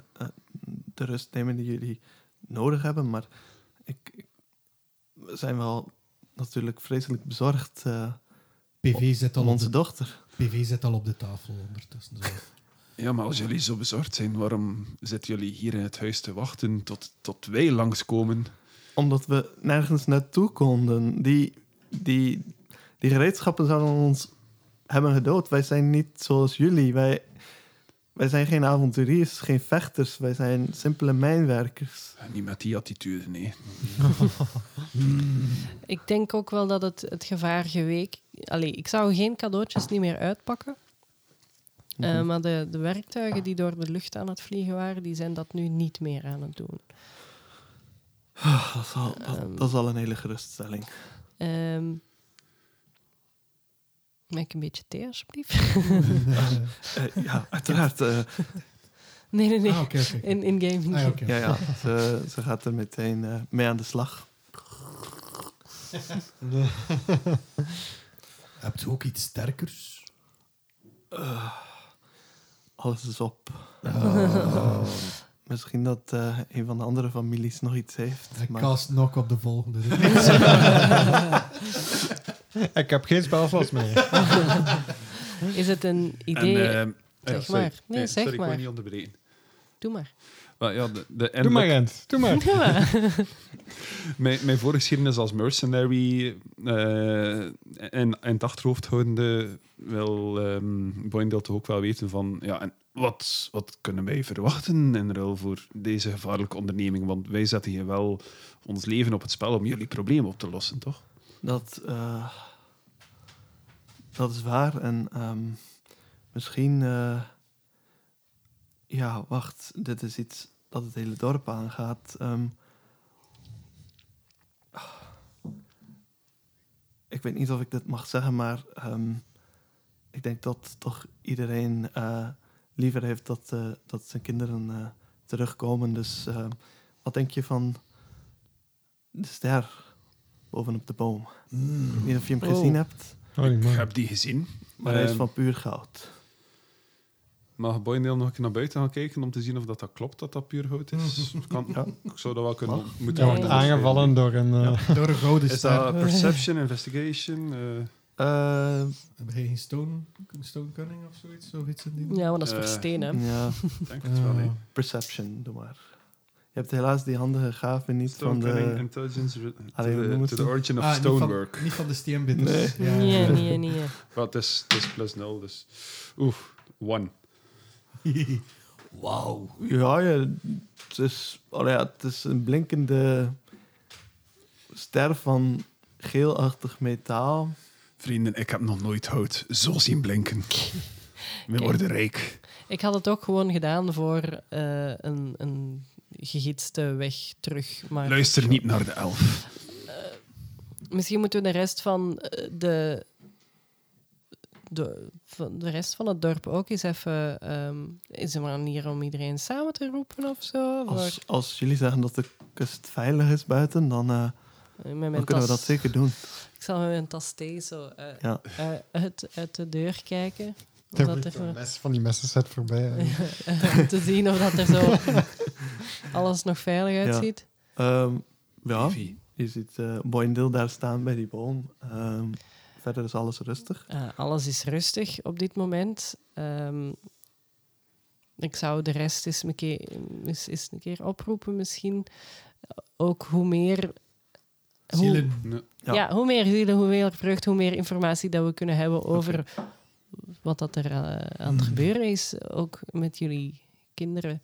Speaker 1: de rust nemen die jullie nodig hebben. Maar ik, ik- we zijn wel natuurlijk vreselijk bezorgd eh,
Speaker 5: PV zit, al
Speaker 1: om
Speaker 5: op
Speaker 1: onze
Speaker 5: de,
Speaker 1: dochter.
Speaker 5: PV zit al op de tafel ondertussen. Zo.
Speaker 4: Ja, maar als jullie zo bezorgd zijn, waarom zitten jullie hier in het huis te wachten tot, tot wij langskomen?
Speaker 1: Omdat we nergens naartoe konden. Die, die, die gereedschappen zouden ons hebben gedood. Wij zijn niet zoals jullie. Wij, wij zijn geen avonturiers, geen vechters. Wij zijn simpele mijnwerkers.
Speaker 4: Niet met die attitude, nee.
Speaker 3: Ik denk ook wel dat het, het gevaar geweken... Allee, ik zou geen cadeautjes niet meer uitpakken. Eh,
Speaker 5: Mhm.
Speaker 3: maar de, de werktuigen die door de lucht aan het vliegen waren, die zijn dat nu niet meer aan het doen.
Speaker 1: Ah, Dat is al,
Speaker 3: Ehm.
Speaker 1: dat, dat is al een hele geruststelling.
Speaker 3: Ehm maak ik een beetje thee, alsjeblieft?
Speaker 1: Eh, ja, uiteraard. eh,
Speaker 3: Nee, nee, nee.
Speaker 5: Ah, oké, oké.
Speaker 3: In, in game. in
Speaker 5: Ah, ja,
Speaker 3: game.
Speaker 5: oké.
Speaker 1: ja, ja, ze, ze gaat er meteen eh, mee aan de slag.
Speaker 5: Hebt u ook iets sterkers?
Speaker 1: Alles is op. Misschien dat eh, een van de andere families nog iets heeft.
Speaker 5: Hij
Speaker 1: maar-
Speaker 5: cast knock op de volgende.
Speaker 2: Ik heb geen spelvast meer.
Speaker 3: Is het een idee?
Speaker 5: eh,
Speaker 4: En, ehm,
Speaker 3: zeg
Speaker 4: ja, sorry.
Speaker 3: maar. Nee, zeg
Speaker 4: sorry, ik
Speaker 3: maar.
Speaker 4: wil niet onderbreken.
Speaker 3: Doe maar.
Speaker 4: Maar ja, de, de
Speaker 2: Doe maar, Gent. Doe maar.
Speaker 3: Doe maar.
Speaker 4: Mijn, mijn voorgeschiedenis als mercenary eh, en, en het achterhoofd houdende wil ehm Boindel toch ook wel weten van ja, en wat, wat kunnen wij verwachten in ruil voor deze gevaarlijke onderneming? Want wij zetten hier wel ons leven op het spel om jullie problemen op te lossen, toch?
Speaker 1: Dat, eh, dat is waar. En ehm, misschien. eh, ja, wacht. Dit is iets dat het hele dorp aangaat. Ehm, ik weet niet of ik dit mag zeggen, maar. ehm, ik denk dat toch iedereen eh, liever heeft dat, eh, dat zijn kinderen eh, terugkomen. Dus eh, wat denk je van de ster bovenop de boom? Ik weet niet of je hem
Speaker 3: Oh.
Speaker 1: gezien hebt,
Speaker 2: Holy
Speaker 4: Ik
Speaker 2: man.
Speaker 4: heb die gezien.
Speaker 1: maar hij is
Speaker 4: Ehm,
Speaker 1: van puur goud.
Speaker 4: Mag Boindel nog een keer naar buiten gaan kijken om te zien of dat, dat klopt, dat dat puur hout is? Kan, Ik zou dat wel kunnen
Speaker 1: Mag.
Speaker 4: moeten
Speaker 2: Hij wordt
Speaker 4: onderschrijven.
Speaker 2: aangevallen door een... eh,
Speaker 5: Door een gouden
Speaker 4: Is
Speaker 5: ster.
Speaker 4: dat perception, investigation? eh,
Speaker 1: Eh,
Speaker 5: Heb jij geen stone, stone cunning of zoiets? zoiets in die...
Speaker 3: Ja, want dat is voor
Speaker 4: Eh,
Speaker 3: stenen. hè.
Speaker 1: ja,
Speaker 4: ik denk het wel,
Speaker 1: Oh,
Speaker 4: hè.
Speaker 1: perception, doe maar. Je hebt helaas die handige gave niet
Speaker 4: Stone
Speaker 1: van
Speaker 4: cunning,
Speaker 1: de...
Speaker 4: intelligence, re- to
Speaker 1: Allee, hoe
Speaker 4: the-
Speaker 1: moet het?
Speaker 4: to the origin of
Speaker 5: Ah, niet van-
Speaker 4: stonework.
Speaker 5: Niet van de steenbitters.
Speaker 3: Nee,
Speaker 5: Ja.
Speaker 3: nee, nee. nee.
Speaker 4: Maar het is, het is plus 0, dus... Oeh, one.
Speaker 5: Wauw.
Speaker 1: Ja, ja, het, is, oh ja, het is een blinkende ster van geelachtig metaal.
Speaker 4: Vrienden, ik heb nog nooit hout zo zien blinken. We worden rijk.
Speaker 3: Ik had het ook gewoon gedaan voor eh, een, een gegidste weg terug. Maar
Speaker 4: Luister niet naar de elf.
Speaker 3: misschien moeten we de rest van eh, de, de, van de rest van het dorp ook eens even. ehm, is er een manier om iedereen samen te roepen of zo? Voor-
Speaker 1: Als, als jullie zeggen dat de kust veilig is buiten, dan, eh,
Speaker 3: met mijn
Speaker 1: dan kunnen we
Speaker 3: tas-
Speaker 1: dat zeker doen.
Speaker 3: Ik zal met mijn tas thee zo eh,
Speaker 1: Ja.
Speaker 3: eh, uit, uit de deur kijken. Om
Speaker 2: Er
Speaker 3: dat
Speaker 2: wordt
Speaker 3: even-
Speaker 2: een mes van die messen set voorbij. eh. hè.
Speaker 3: om te zien of dat er zo alles nog veilig uitziet.
Speaker 1: Ehm, ja,
Speaker 4: Evie.
Speaker 1: je ziet eh Boindil daar staan bij die boom. Ehm, verder is alles rustig.
Speaker 3: Eh, alles is rustig op dit moment. Ehm, ik zou de rest eens een, keer, eens, eens een keer oproepen, misschien. Ook hoe meer. hoe-
Speaker 5: Zielen.
Speaker 4: Nee.
Speaker 1: Ja.
Speaker 3: ja. hoe meer zielen, hoe meer vrucht, hoe meer informatie dat we kunnen hebben over wat dat er eh, aan het gebeuren is. Ook met jullie kinderen.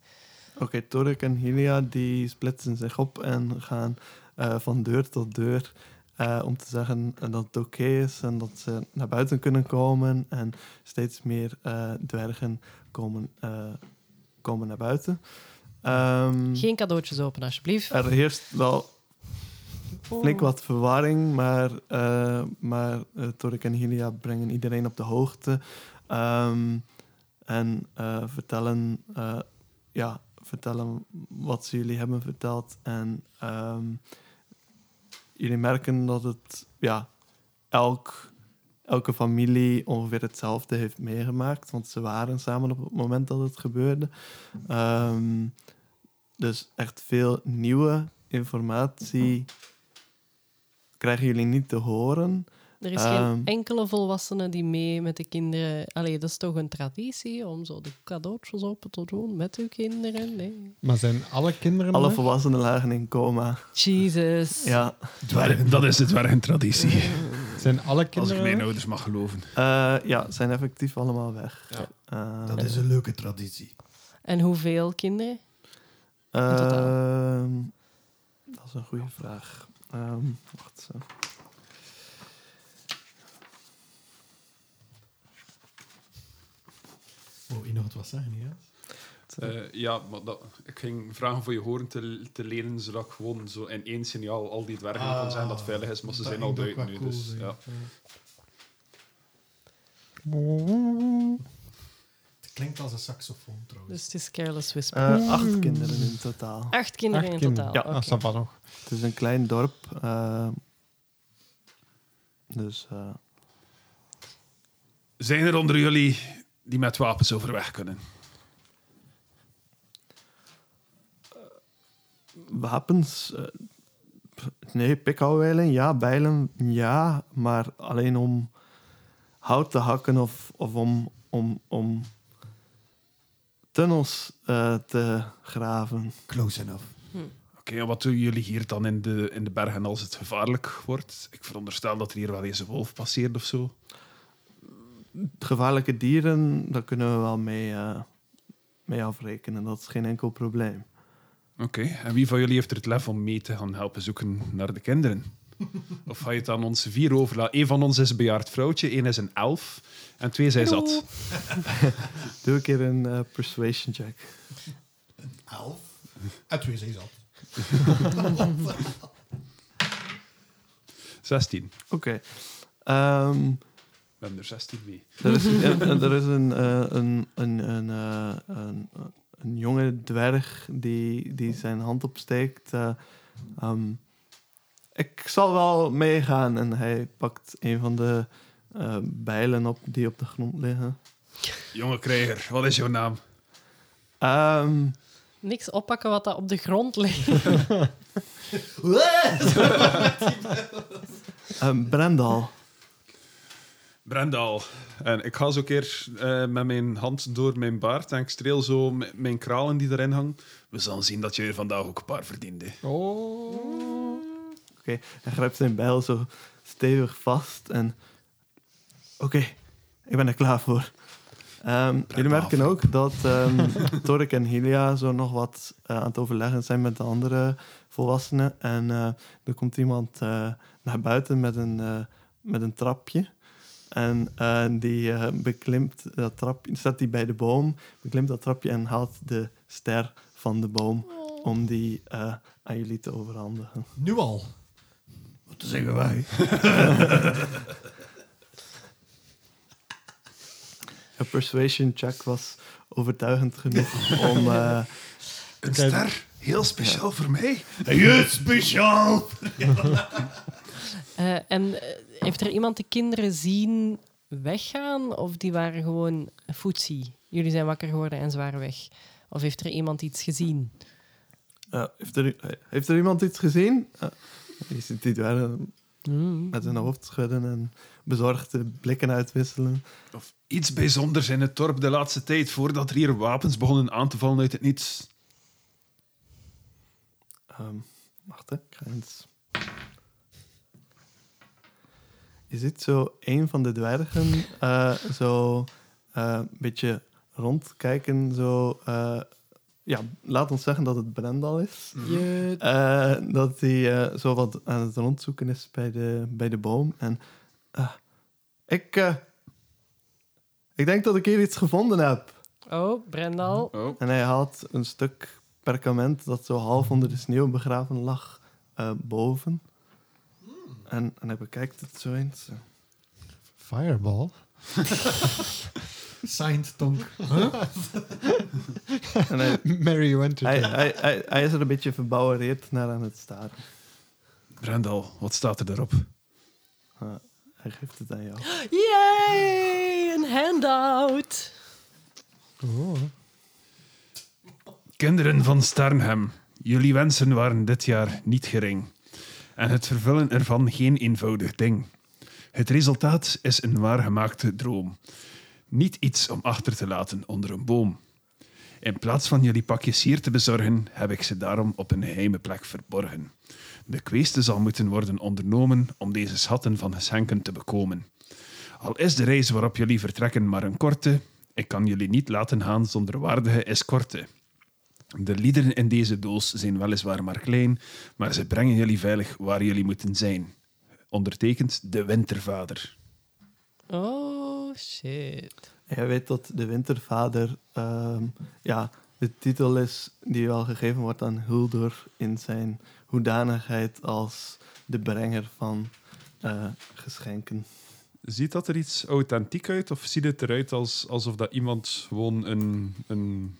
Speaker 1: Oké, Torek en Hylia die splitsen zich op en gaan eh, van deur tot deur eh, om te zeggen eh, dat het oké is en dat ze naar buiten kunnen komen. En steeds meer eh, dwergen komen, eh, komen naar buiten. Ehm,
Speaker 3: Geen cadeautjes open, alsjeblieft.
Speaker 1: er heerst wel Eh,
Speaker 3: Oh.
Speaker 1: flink wat verwarring, maar, eh maar eh, Torek en Hylia brengen iedereen op de hoogte. Ehm, en eh, vertellen, eh, ja, vertellen wat ze jullie hebben verteld. En ehm, jullie merken dat het, ja, elk, elke familie ongeveer hetzelfde heeft meegemaakt. Want ze waren samen op het moment dat het gebeurde. Ehm, dus echt veel nieuwe informatie krijgen jullie niet te horen.
Speaker 3: Er is geen
Speaker 1: Ehm.
Speaker 3: enkele volwassene die mee met de kinderen. Allee, dat is toch een traditie om zo de cadeautjes open te doen met uw kinderen? Nee.
Speaker 2: Maar zijn alle kinderen
Speaker 1: Alle
Speaker 2: er?
Speaker 1: volwassenen lagen in coma.
Speaker 3: Jesus.
Speaker 1: Ja,
Speaker 4: Dwergen, dat is de dwergentraditie.
Speaker 2: Zijn alle
Speaker 4: Als ik
Speaker 2: kinderen
Speaker 4: mijn
Speaker 2: weg?
Speaker 4: ouders mag geloven.
Speaker 1: Eh, ja, zijn effectief allemaal weg.
Speaker 4: Ja.
Speaker 1: Eh,
Speaker 5: Dat is een leuke traditie.
Speaker 3: En hoeveel kinderen?
Speaker 1: ehm,
Speaker 3: totaal.
Speaker 1: dat is een goede vraag. Ehm, wacht zo.
Speaker 5: Wou Oh, je nog wat zeggen, ja?
Speaker 4: Eh, ja, maar dat, ik ging vragen voor je horen te, te leren, zodat ik gewoon zo in één signaal al die dwergen
Speaker 5: Ah,
Speaker 4: kon zeggen dat het veilig is, maar ze zijn al
Speaker 5: ging ook
Speaker 4: buiten
Speaker 5: wel
Speaker 4: nu.
Speaker 5: cool
Speaker 4: Dus,
Speaker 5: zijn.
Speaker 4: ja.
Speaker 5: Het klinkt als een saxofoon trouwens.
Speaker 3: Dus het is Careless Whisper.
Speaker 1: Eh, acht kinderen in totaal.
Speaker 3: Acht kinderen
Speaker 2: Acht
Speaker 3: in
Speaker 2: kinderen.
Speaker 3: totaal.
Speaker 2: Ah,
Speaker 3: oké.
Speaker 2: ça va nog.
Speaker 1: Het is een klein dorp. eh, dus eh,
Speaker 4: Zijn er onder jullie die met wapens overweg kunnen?
Speaker 1: wapens. eh, p- nee, pikhouwijlen, ja. Bijlen, ja. Maar alleen om hout te hakken of, of om, om, om tunnels eh, te graven.
Speaker 4: Dus-
Speaker 5: Close enough.
Speaker 4: Oké, en wat doen jullie hier dan in de, in de bergen als het gevaarlijk wordt? Ik veronderstel dat er hier wel eens een wolf passeert of zo.
Speaker 1: Gevaarlijke dieren, daar kunnen we wel mee, eh, mee afrekenen. Dat is geen enkel probleem.
Speaker 4: Oké, en wie van jullie heeft er het lef om mee te gaan helpen zoeken naar de kinderen? Of ga je het aan onze vier overlaten? Eén van ons is een bejaard vrouwtje, één is een elf en twee zijn zat.
Speaker 1: Doe een keer een eh, persuasion check.
Speaker 5: Elf. En twee zijn zat.
Speaker 4: 16.
Speaker 1: Oké. Ehm,
Speaker 4: We hebben er 16 mee.
Speaker 1: Er is, er, er is een, eh, een, een, een, eh, een, een jonge dwerg die, die zijn hand opsteekt. eh, ehm, ik zal wel meegaan. En hij pakt een van de eh, bijlen op die op de grond liggen.
Speaker 4: Jonge krijger, wat is jouw naam?
Speaker 1: Ehm,
Speaker 3: Niks oppakken wat dat op de grond ligt.
Speaker 1: ehm, Brendal.
Speaker 4: Brendal. En ik ga zo een keer eh, met mijn hand door mijn baard en ik streel zo m- mijn kralen die erin hangen. We zullen zien dat je er vandaag ook een paar verdiende.
Speaker 2: Oh.
Speaker 1: Hij grijpt zijn bijl zo stevig vast. En oké, ik ben er klaar voor. Ehm, jullie merken ook dat ehm Torek en Helia zo nog wat eh, aan het overleggen zijn met de andere volwassenen. En eh, er komt iemand eh, naar buiten met een, eh, met een trapje. En eh, die eh, beklimt dat trapje, staat die bij de boom, beklimt dat trapje en haalt de ster van de boom om die eh, aan jullie te overhandigen.
Speaker 5: Nu al. Wat zeggen wij?
Speaker 1: Een persuasion check was overtuigend genoeg om. eh,
Speaker 4: Een
Speaker 2: Kijk.
Speaker 4: ster? Heel speciaal voor mij?
Speaker 5: Je speciaal!
Speaker 3: Eh, en eh, heeft er iemand de kinderen zien weggaan? Of die waren gewoon footsie? Jullie zijn wakker geworden en ze waren weg. Of heeft er iemand iets gezien?
Speaker 1: eh, heeft, er, heeft er iemand iets gezien? Eh, je ziet die dwergen
Speaker 3: Hmm.
Speaker 1: met hun hoofd schudden en bezorgde blikken uitwisselen.
Speaker 4: Of iets bijzonders in het dorp de laatste tijd voordat er hier wapens begonnen aan te vallen uit het niets?
Speaker 1: Ehm, wacht, hè, ik ga eens. Je ziet zo een van de dwergen eh, zo eh, een beetje rondkijken. Zo, eh, ja, laat ons zeggen dat het Brendal is.
Speaker 3: Je...
Speaker 1: Eh, dat hij eh, zo wat aan het rondzoeken is bij de, bij de boom. En eh, ik, eh, ik denk dat ik hier iets gevonden heb.
Speaker 3: Oh, Brendal.
Speaker 4: Oh.
Speaker 1: En hij haalt een stuk perkament dat zo half onder de sneeuw begraven lag eh, boven. En, en hij bekijkt het zo eens.
Speaker 2: Fireball.
Speaker 5: Signed Tonk.
Speaker 1: En hij,
Speaker 2: Mary
Speaker 1: hij,
Speaker 2: Winter.
Speaker 1: hij, hij, hij is er een beetje verbouwereerd naar aan het staren.
Speaker 4: Brendal, wat staat er erop?
Speaker 1: Eh, hij geeft het aan jou.
Speaker 3: Yay! Een handout!
Speaker 2: Oh.
Speaker 4: Kinderen van Starnham, jullie wensen waren dit jaar niet gering. En het vervullen ervan geen eenvoudig ding. Het resultaat is een waargemaakte droom. Niet iets om achter te laten onder een boom. In plaats van jullie pakjes hier te bezorgen, heb ik ze daarom op een geheime plek verborgen. De kweeste zal moeten worden ondernomen om deze schatten van geschenken te bekomen. Al is de reis waarop jullie vertrekken maar een korte, ik kan jullie niet laten gaan zonder waardige escorte. De liederen in deze doos zijn weliswaar maar klein, maar ze brengen jullie veilig waar jullie moeten zijn. Ondertekend de Wintervader.
Speaker 3: Oh, shit.
Speaker 1: Jij weet dat de Wintervader ehm, ja, de titel is die wel gegeven wordt aan Huldur in zijn hoedanigheid als de brenger van eh, geschenken.
Speaker 4: Ziet dat er iets authentiek uit of ziet het eruit als, alsof dat iemand gewoon een, een,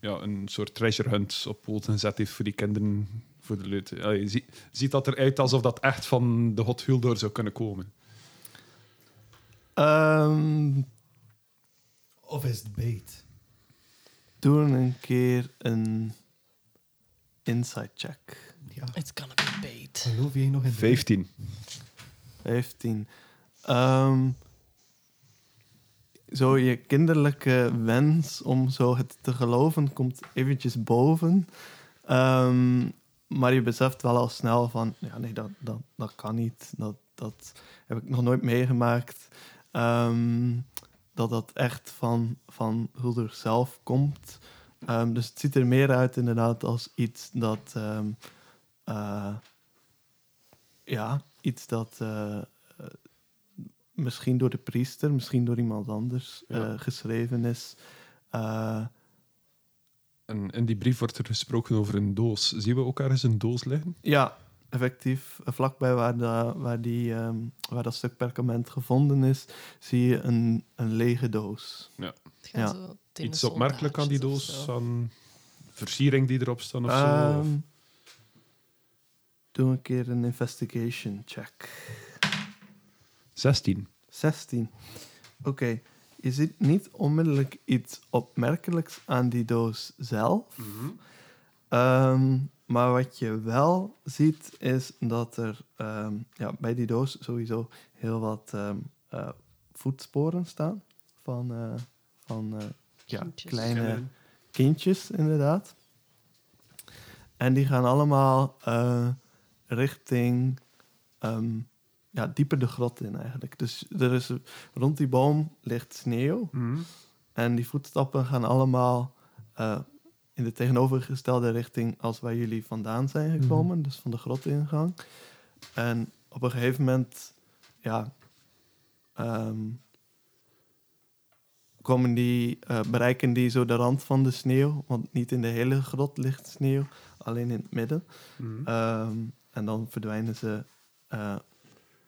Speaker 4: ja, een soort treasure hunt op poten gezet heeft voor die kinderen, voor de leuten? Allee, zie- ziet dat eruit alsof dat echt van de God Huldur zou kunnen komen?
Speaker 1: Ehm,
Speaker 5: Of is het bait?
Speaker 1: doe een keer een inside check.
Speaker 5: Ja.
Speaker 3: It's gonna be bait.
Speaker 5: Geloof jij nog in bait?
Speaker 4: 15.
Speaker 1: 15. Ehm, zo je kinderlijke wens om zo het te geloven komt eventjes boven. Ehm, maar je beseft wel al snel van, ja nee, dat, dat, dat kan niet. Dat, dat heb ik nog nooit meegemaakt. Ehm, dat dat echt van, van Hulder zelf komt. Ehm, dus het ziet er meer uit inderdaad als iets dat... ehm, eh, ja, iets dat eh, eh, misschien door de priester, misschien door iemand anders
Speaker 4: Ja.
Speaker 1: eh, geschreven is. Eh,
Speaker 4: En in die brief wordt er gesproken over een doos. Zien we ook ergens een doos liggen?
Speaker 1: ja, effectief, eh, vlakbij waar, de, waar, die, ehm, waar dat stuk perkament gevonden is, zie je een, een lege doos.
Speaker 3: Het gaan
Speaker 1: Ja.
Speaker 3: zo tinnen
Speaker 4: Iets opmerkelijk aan die
Speaker 3: soldaatjes of
Speaker 4: doos?
Speaker 3: zo.
Speaker 4: Aan versiering die erop staan of zo? Of-
Speaker 1: Ehm, doe een keer een investigation check.
Speaker 4: 16.
Speaker 1: 16. Oké, je ziet niet onmiddellijk iets opmerkelijks aan die doos zelf. Ehm, maar wat je wel ziet is dat er ehm, ja, bij die doos sowieso heel wat ehm, eh, voetsporen staan van, eh, van eh, ja,
Speaker 3: Kindjes.
Speaker 1: kleine kindjes, inderdaad. En die gaan allemaal eh, richting ehm, ja, dieper de grot in eigenlijk. Dus er is, rond die boom ligt sneeuw.
Speaker 4: Mhm.
Speaker 1: En die voetstappen gaan allemaal eh, in de tegenovergestelde richting als waar jullie vandaan zijn gekomen. Dus van de grotingang. En op een gegeven moment, ja, ehm, komen die, eh, bereiken die zo de rand van de sneeuw. Want niet in de hele grot ligt sneeuw, alleen in het midden.
Speaker 4: Mhm.
Speaker 1: Ehm, en dan verdwijnen ze, eh,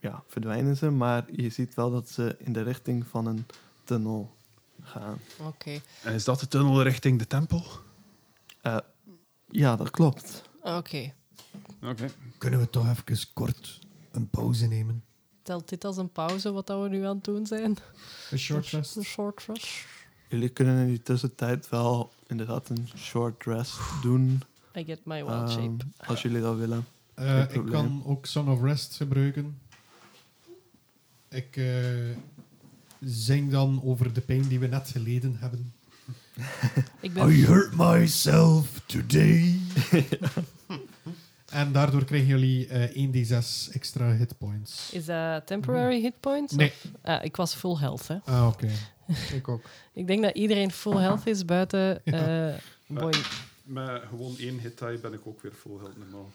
Speaker 1: ja, verdwijnen ze. Maar je ziet wel dat ze in de richting van een tunnel gaan.
Speaker 3: Oké.
Speaker 4: En Eh, is dat de tunnel richting de tempel?
Speaker 1: Ja, dat klopt.
Speaker 3: Oké.
Speaker 4: Oké.
Speaker 5: Kunnen we toch even kort een pauze nemen?
Speaker 3: Telt dit als een pauze wat dat we nu aan het doen zijn?
Speaker 5: Een short rest?
Speaker 3: Een short rest?
Speaker 1: Jullie kunnen in die tussentijd wel inderdaad een short rest doen.
Speaker 3: I get my wild
Speaker 1: ehm,
Speaker 3: shape.
Speaker 1: als jullie dat willen.
Speaker 5: Eh, ik
Speaker 1: probleem.
Speaker 5: kan ook Song of Rest gebruiken. Ik eh, zing dan over de pijn die we net geleden hebben.
Speaker 3: Ik
Speaker 5: I
Speaker 3: ben...
Speaker 5: hurt myself today. en daardoor krijgen jullie eh 1d6 extra hitpoints.
Speaker 3: Is dat temporary hit points?
Speaker 5: Nee.
Speaker 3: Ah, ik was full health, hè.
Speaker 5: Ah, oké.
Speaker 2: Ik ook.
Speaker 3: Ik denk dat iedereen full health is buiten... eh, boy.
Speaker 4: Met gewoon één hit die ben ik ook weer full health normaal.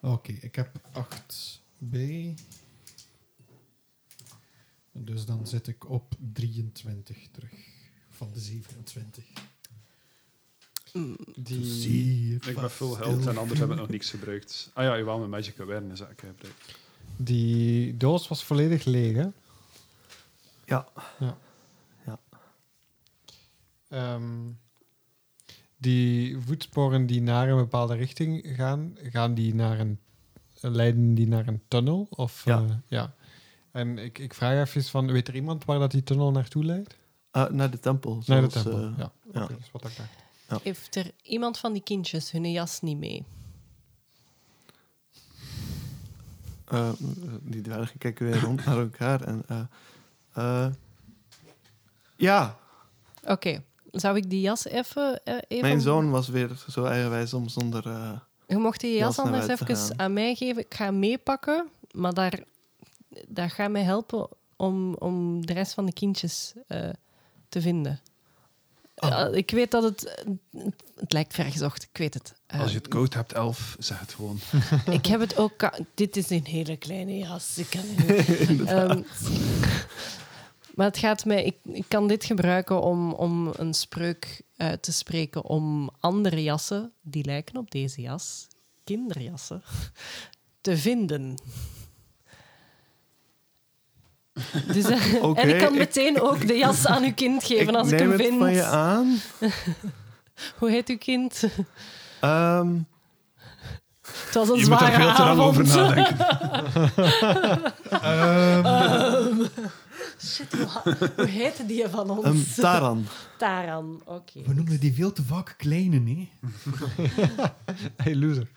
Speaker 5: Oké, ik heb 8 bij. Dus dan zit ik op 23 terug. Van de 27. Dus
Speaker 2: Die,
Speaker 4: Hm, Ik ben full health en anders heb ik nog niks gebruikt. Ah ja, jawel, mijn magic awareness heb ik gebruikt.
Speaker 2: die doos was volledig leeg, hè?
Speaker 1: Ja.
Speaker 2: Ehm, die voetsporen die naar een bepaalde richting gaan, gaan die naar een, leiden die naar een tunnel? Of,
Speaker 1: Ja.
Speaker 2: eh, ja. En ik, ik vraag even van, weet er iemand waar dat die tunnel naartoe leidt?
Speaker 1: Eh, naar de tempel.
Speaker 2: Naar de
Speaker 1: zoals,
Speaker 2: tempel,
Speaker 1: eh,
Speaker 2: ja.
Speaker 1: ja.
Speaker 2: Oké, dat is wat ik dacht.
Speaker 3: Heeft er iemand van die kindjes hun jas niet mee?
Speaker 1: eh, die dwergen kijken weer rond naar elkaar. En, eh, eh, ja,
Speaker 3: Oké. Zou ik die jas even... eh, even
Speaker 1: mijn zoon was weer zo eigenwijs om zonder eh,
Speaker 3: Je mocht die
Speaker 1: Heel
Speaker 3: jas
Speaker 1: snel
Speaker 3: anders
Speaker 1: uit te
Speaker 3: even
Speaker 1: gaan.
Speaker 3: aan mij geven. Ik ga hem meepakken, maar daar, dat gaat mij helpen om, om de rest van de kindjes eh, te vinden.
Speaker 4: Ah.
Speaker 3: Eh, ik weet dat het... Het lijkt vergezocht, ik weet het. Eh,
Speaker 4: Als je het koud hebt, elf, zeg het gewoon.
Speaker 3: Ik heb het ook... ka- Dit is een hele kleine jas, ik kan het niet. Ehm, maar het gaat mij, ik, ik kan dit gebruiken om, om een spreuk uit te spreken om andere jassen, die lijken op deze jas, kinderjassen, te vinden. Dus, eh,
Speaker 1: Oké,
Speaker 3: en ik kan
Speaker 1: ik-
Speaker 3: meteen ook de jas aan uw kind geven als ik
Speaker 1: neem
Speaker 3: hem
Speaker 1: het
Speaker 3: vind.
Speaker 1: van je aan.
Speaker 3: Hoe heet uw kind?
Speaker 1: Ehm,
Speaker 3: Het was een
Speaker 4: Je moet
Speaker 3: zware
Speaker 4: daar veel te lang
Speaker 3: avond.
Speaker 4: over nadenken.
Speaker 2: Ehm.
Speaker 3: Ehm. Shit, hoe ha- hoe heette die van ons?
Speaker 1: een
Speaker 2: Ehm.
Speaker 1: Taran.
Speaker 3: Taran, oké.
Speaker 5: We noemen die veel te vaak kleine, nee.
Speaker 2: Hey, loser.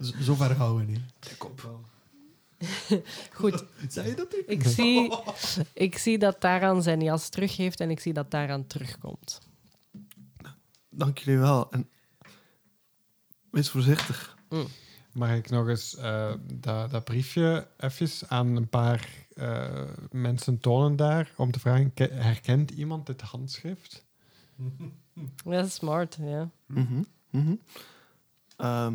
Speaker 5: Z- zo ver gaan we niet.
Speaker 3: Goed,
Speaker 5: Zei je dat niet?
Speaker 3: Ik zie, ik zie dat Taran zijn jas terug heeft en ik zie dat Taran terugkomt.
Speaker 1: Dank jullie wel. En wees voorzichtig.
Speaker 2: Mag ik nog eens eh, dat, dat briefje even aan een paar eh, mensen tonen daar om te vragen: ke- herkent iemand dit handschrift?
Speaker 3: Dat is smart, ja.
Speaker 1: Mhm, mhm. Ehm,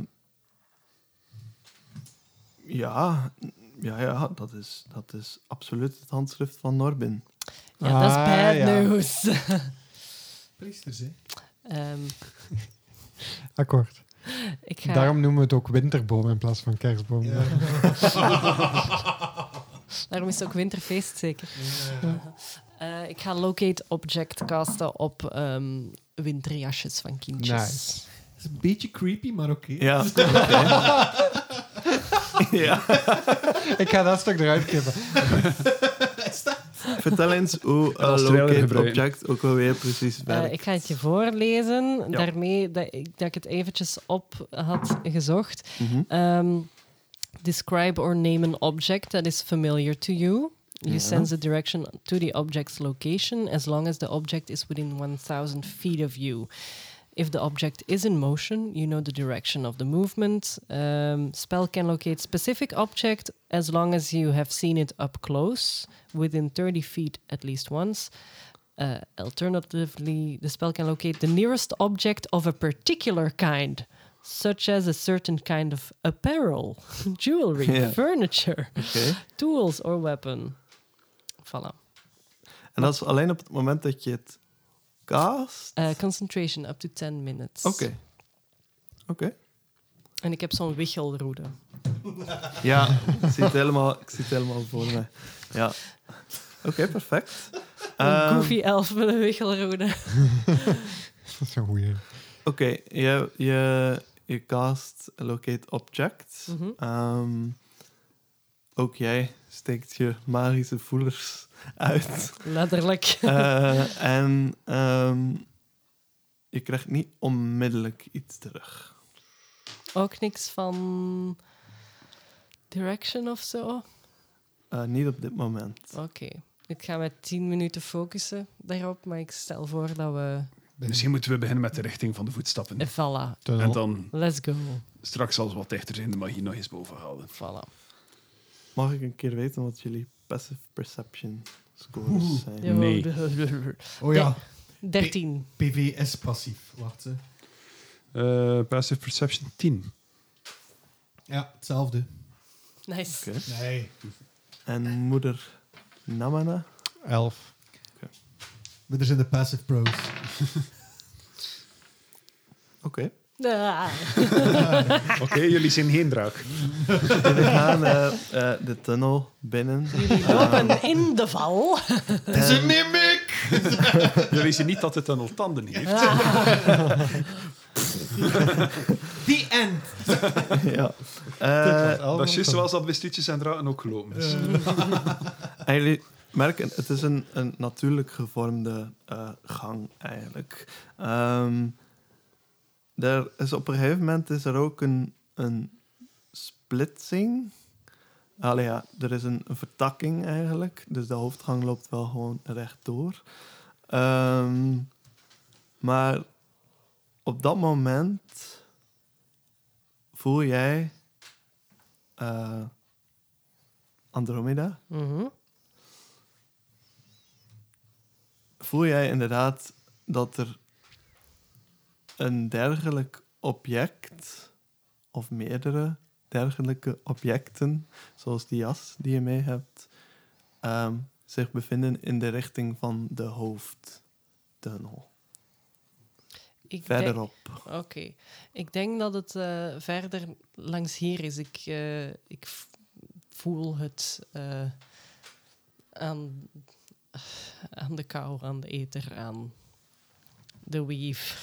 Speaker 1: ja, ja, ja dat, is, dat is absoluut het handschrift van Norbin.
Speaker 3: Ja, dat is
Speaker 2: Ah,
Speaker 3: bad
Speaker 2: ja.
Speaker 3: news.
Speaker 5: Priesters, hè.
Speaker 3: Ehm,
Speaker 2: Akkoord.
Speaker 3: ik ga...
Speaker 2: Daarom noemen we het ook winterboom in plaats van kerstboom.
Speaker 3: Daarom is het ook winterfeest, zeker. Eh, ik ga locate object casten op ehm, winterjasjes van kindjes.
Speaker 2: Nice.
Speaker 5: Dat is een beetje creepy, maar oké.
Speaker 1: Ja. ja.
Speaker 2: Ik ga dat stuk eruit knippen.
Speaker 1: Vertel eens hoe eh,
Speaker 4: Als trailer
Speaker 1: Locate
Speaker 4: gebruiken.
Speaker 1: Object ook alweer precies
Speaker 3: Eh,
Speaker 1: werkt.
Speaker 3: ik ga het je voorlezen,
Speaker 1: Ja.
Speaker 3: daarmee dat ik, dat ik het eventjes op had gezocht.
Speaker 1: Mhm.
Speaker 3: Um, describe or name an object that is familiar to you. You
Speaker 1: Ja.
Speaker 3: sense the direction to the object's location as long as the object is within 1000 feet of you. If the object is in motion, you know the direction of the movement. Um, spell can locate specific object as long as you have seen it up close, within 30 feet at least once. Uh, alternatively, the spell can locate the nearest object of a particular kind, such as a certain kind of apparel, jewelry,
Speaker 1: Ja.
Speaker 3: furniture,
Speaker 1: Oké.
Speaker 3: tools, or weapon. Voilà.
Speaker 1: En dat is alleen op het moment dat je het cast?
Speaker 3: Uh, concentration up to 10 minutes.
Speaker 1: Oké. Oké.
Speaker 3: En ik heb zo'n wichelroede.
Speaker 1: Ja, ik zie, het helemaal, ik zie het helemaal voor me. Ja. Oké, perfect.
Speaker 3: een
Speaker 1: Ehm,
Speaker 3: goofy elf met een wichelroede.
Speaker 2: Dat is een goeie.
Speaker 1: Oké, je, je, je cast Locate Object.
Speaker 3: Mhm.
Speaker 1: Ehm, ook jij steekt je magische voelers uit.
Speaker 3: Letterlijk.
Speaker 1: Eh, en ehm, je krijgt niet onmiddellijk iets terug.
Speaker 3: Ook niks van direction of zo. Oké.
Speaker 1: Eh, niet op dit moment.
Speaker 3: Oh. Ik ga met 10 minuten focussen daarop, maar ik stel voor dat we.
Speaker 4: Misschien moeten we beginnen met de richting van de voetstappen.
Speaker 3: Eh, Voilà.
Speaker 4: En
Speaker 2: Tunnel.
Speaker 4: dan
Speaker 3: Let's go.
Speaker 4: straks als we wat dichter zijn, dan mag je nog eens boven halen.
Speaker 3: Voilà.
Speaker 1: Mag ik een keer weten wat jullie passive perception scores zijn?
Speaker 3: Ja,
Speaker 4: Nee.
Speaker 3: de-
Speaker 5: Oh ja,
Speaker 3: 13.
Speaker 5: PVS passief. Wacht, hè.
Speaker 4: Eh, passive perception 10.
Speaker 5: Ja, hetzelfde.
Speaker 3: Nice.
Speaker 1: Oké.
Speaker 5: Nee.
Speaker 1: En moeder Namana?
Speaker 2: Elf.
Speaker 5: Maar er zijn de passive pros.
Speaker 1: Oké.
Speaker 3: Ah.
Speaker 4: Oké, jullie zijn geen draak.
Speaker 1: Jullie gaan eh, eh, de tunnel binnen.
Speaker 4: Ah.
Speaker 3: Jullie lopen in de val.
Speaker 1: Het
Speaker 4: mimic! jullie zien niet dat het een tanden heeft.
Speaker 3: Ah.
Speaker 5: The end!
Speaker 1: ja.
Speaker 2: Dat
Speaker 1: Eh,
Speaker 2: was elf.
Speaker 4: dat is juist zoals dat bij stuutjes en draken ook gelopen is.
Speaker 1: En jullie merken, het is een, een natuurlijk gevormde eh, gang eigenlijk. Ehm, er is op een gegeven moment is er ook een, een splitsing. Allee, ja, er is een, een vertakking eigenlijk. Dus de hoofdgang loopt wel gewoon rechtdoor. Ehm maar op dat moment voel jij eh, Andromeda?
Speaker 3: Mhm.
Speaker 1: Voel jij inderdaad dat er een dergelijk object of meerdere dergelijke objecten, zoals die jas die je mee hebt, ehm, zich bevinden in de richting van de hoofdtunnel?
Speaker 3: Ik denk-
Speaker 1: Verderop.
Speaker 3: Oké. Ik denk dat het eh, verder langs hier is. Ik, eh, ik v- voel het eh, aan, aan de kou, aan de ether, aan de weave.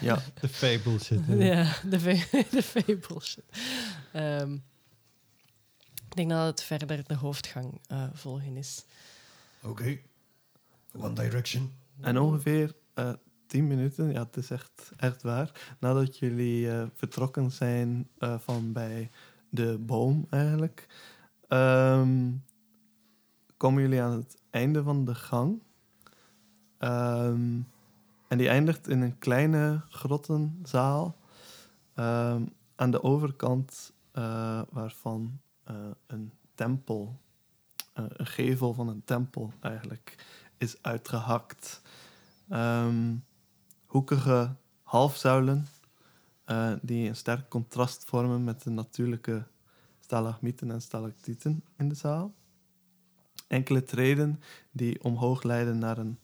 Speaker 1: Ja.
Speaker 2: De fable shit. hè.
Speaker 3: Ja, de, ve- de fables. Ehm, ik denk dat het verder de hoofdgang eh, volgen is.
Speaker 5: Oké. One Direction.
Speaker 1: En ongeveer eh 10 minuten, ja, het is echt, echt waar, nadat jullie eh, vertrokken zijn eh, van bij de boom eigenlijk, ehm, komen jullie aan het einde van de gang. Ehm, en die eindigt in een kleine grottenzaal ehm, aan de overkant eh, waarvan eh, een tempel, eh, een gevel van een tempel eigenlijk, is uitgehakt ehm, hoekige halfzuilen eh, die een sterk contrast vormen met de natuurlijke stalagmieten en stalactieten in de zaal. Enkele treden die omhoog leiden naar een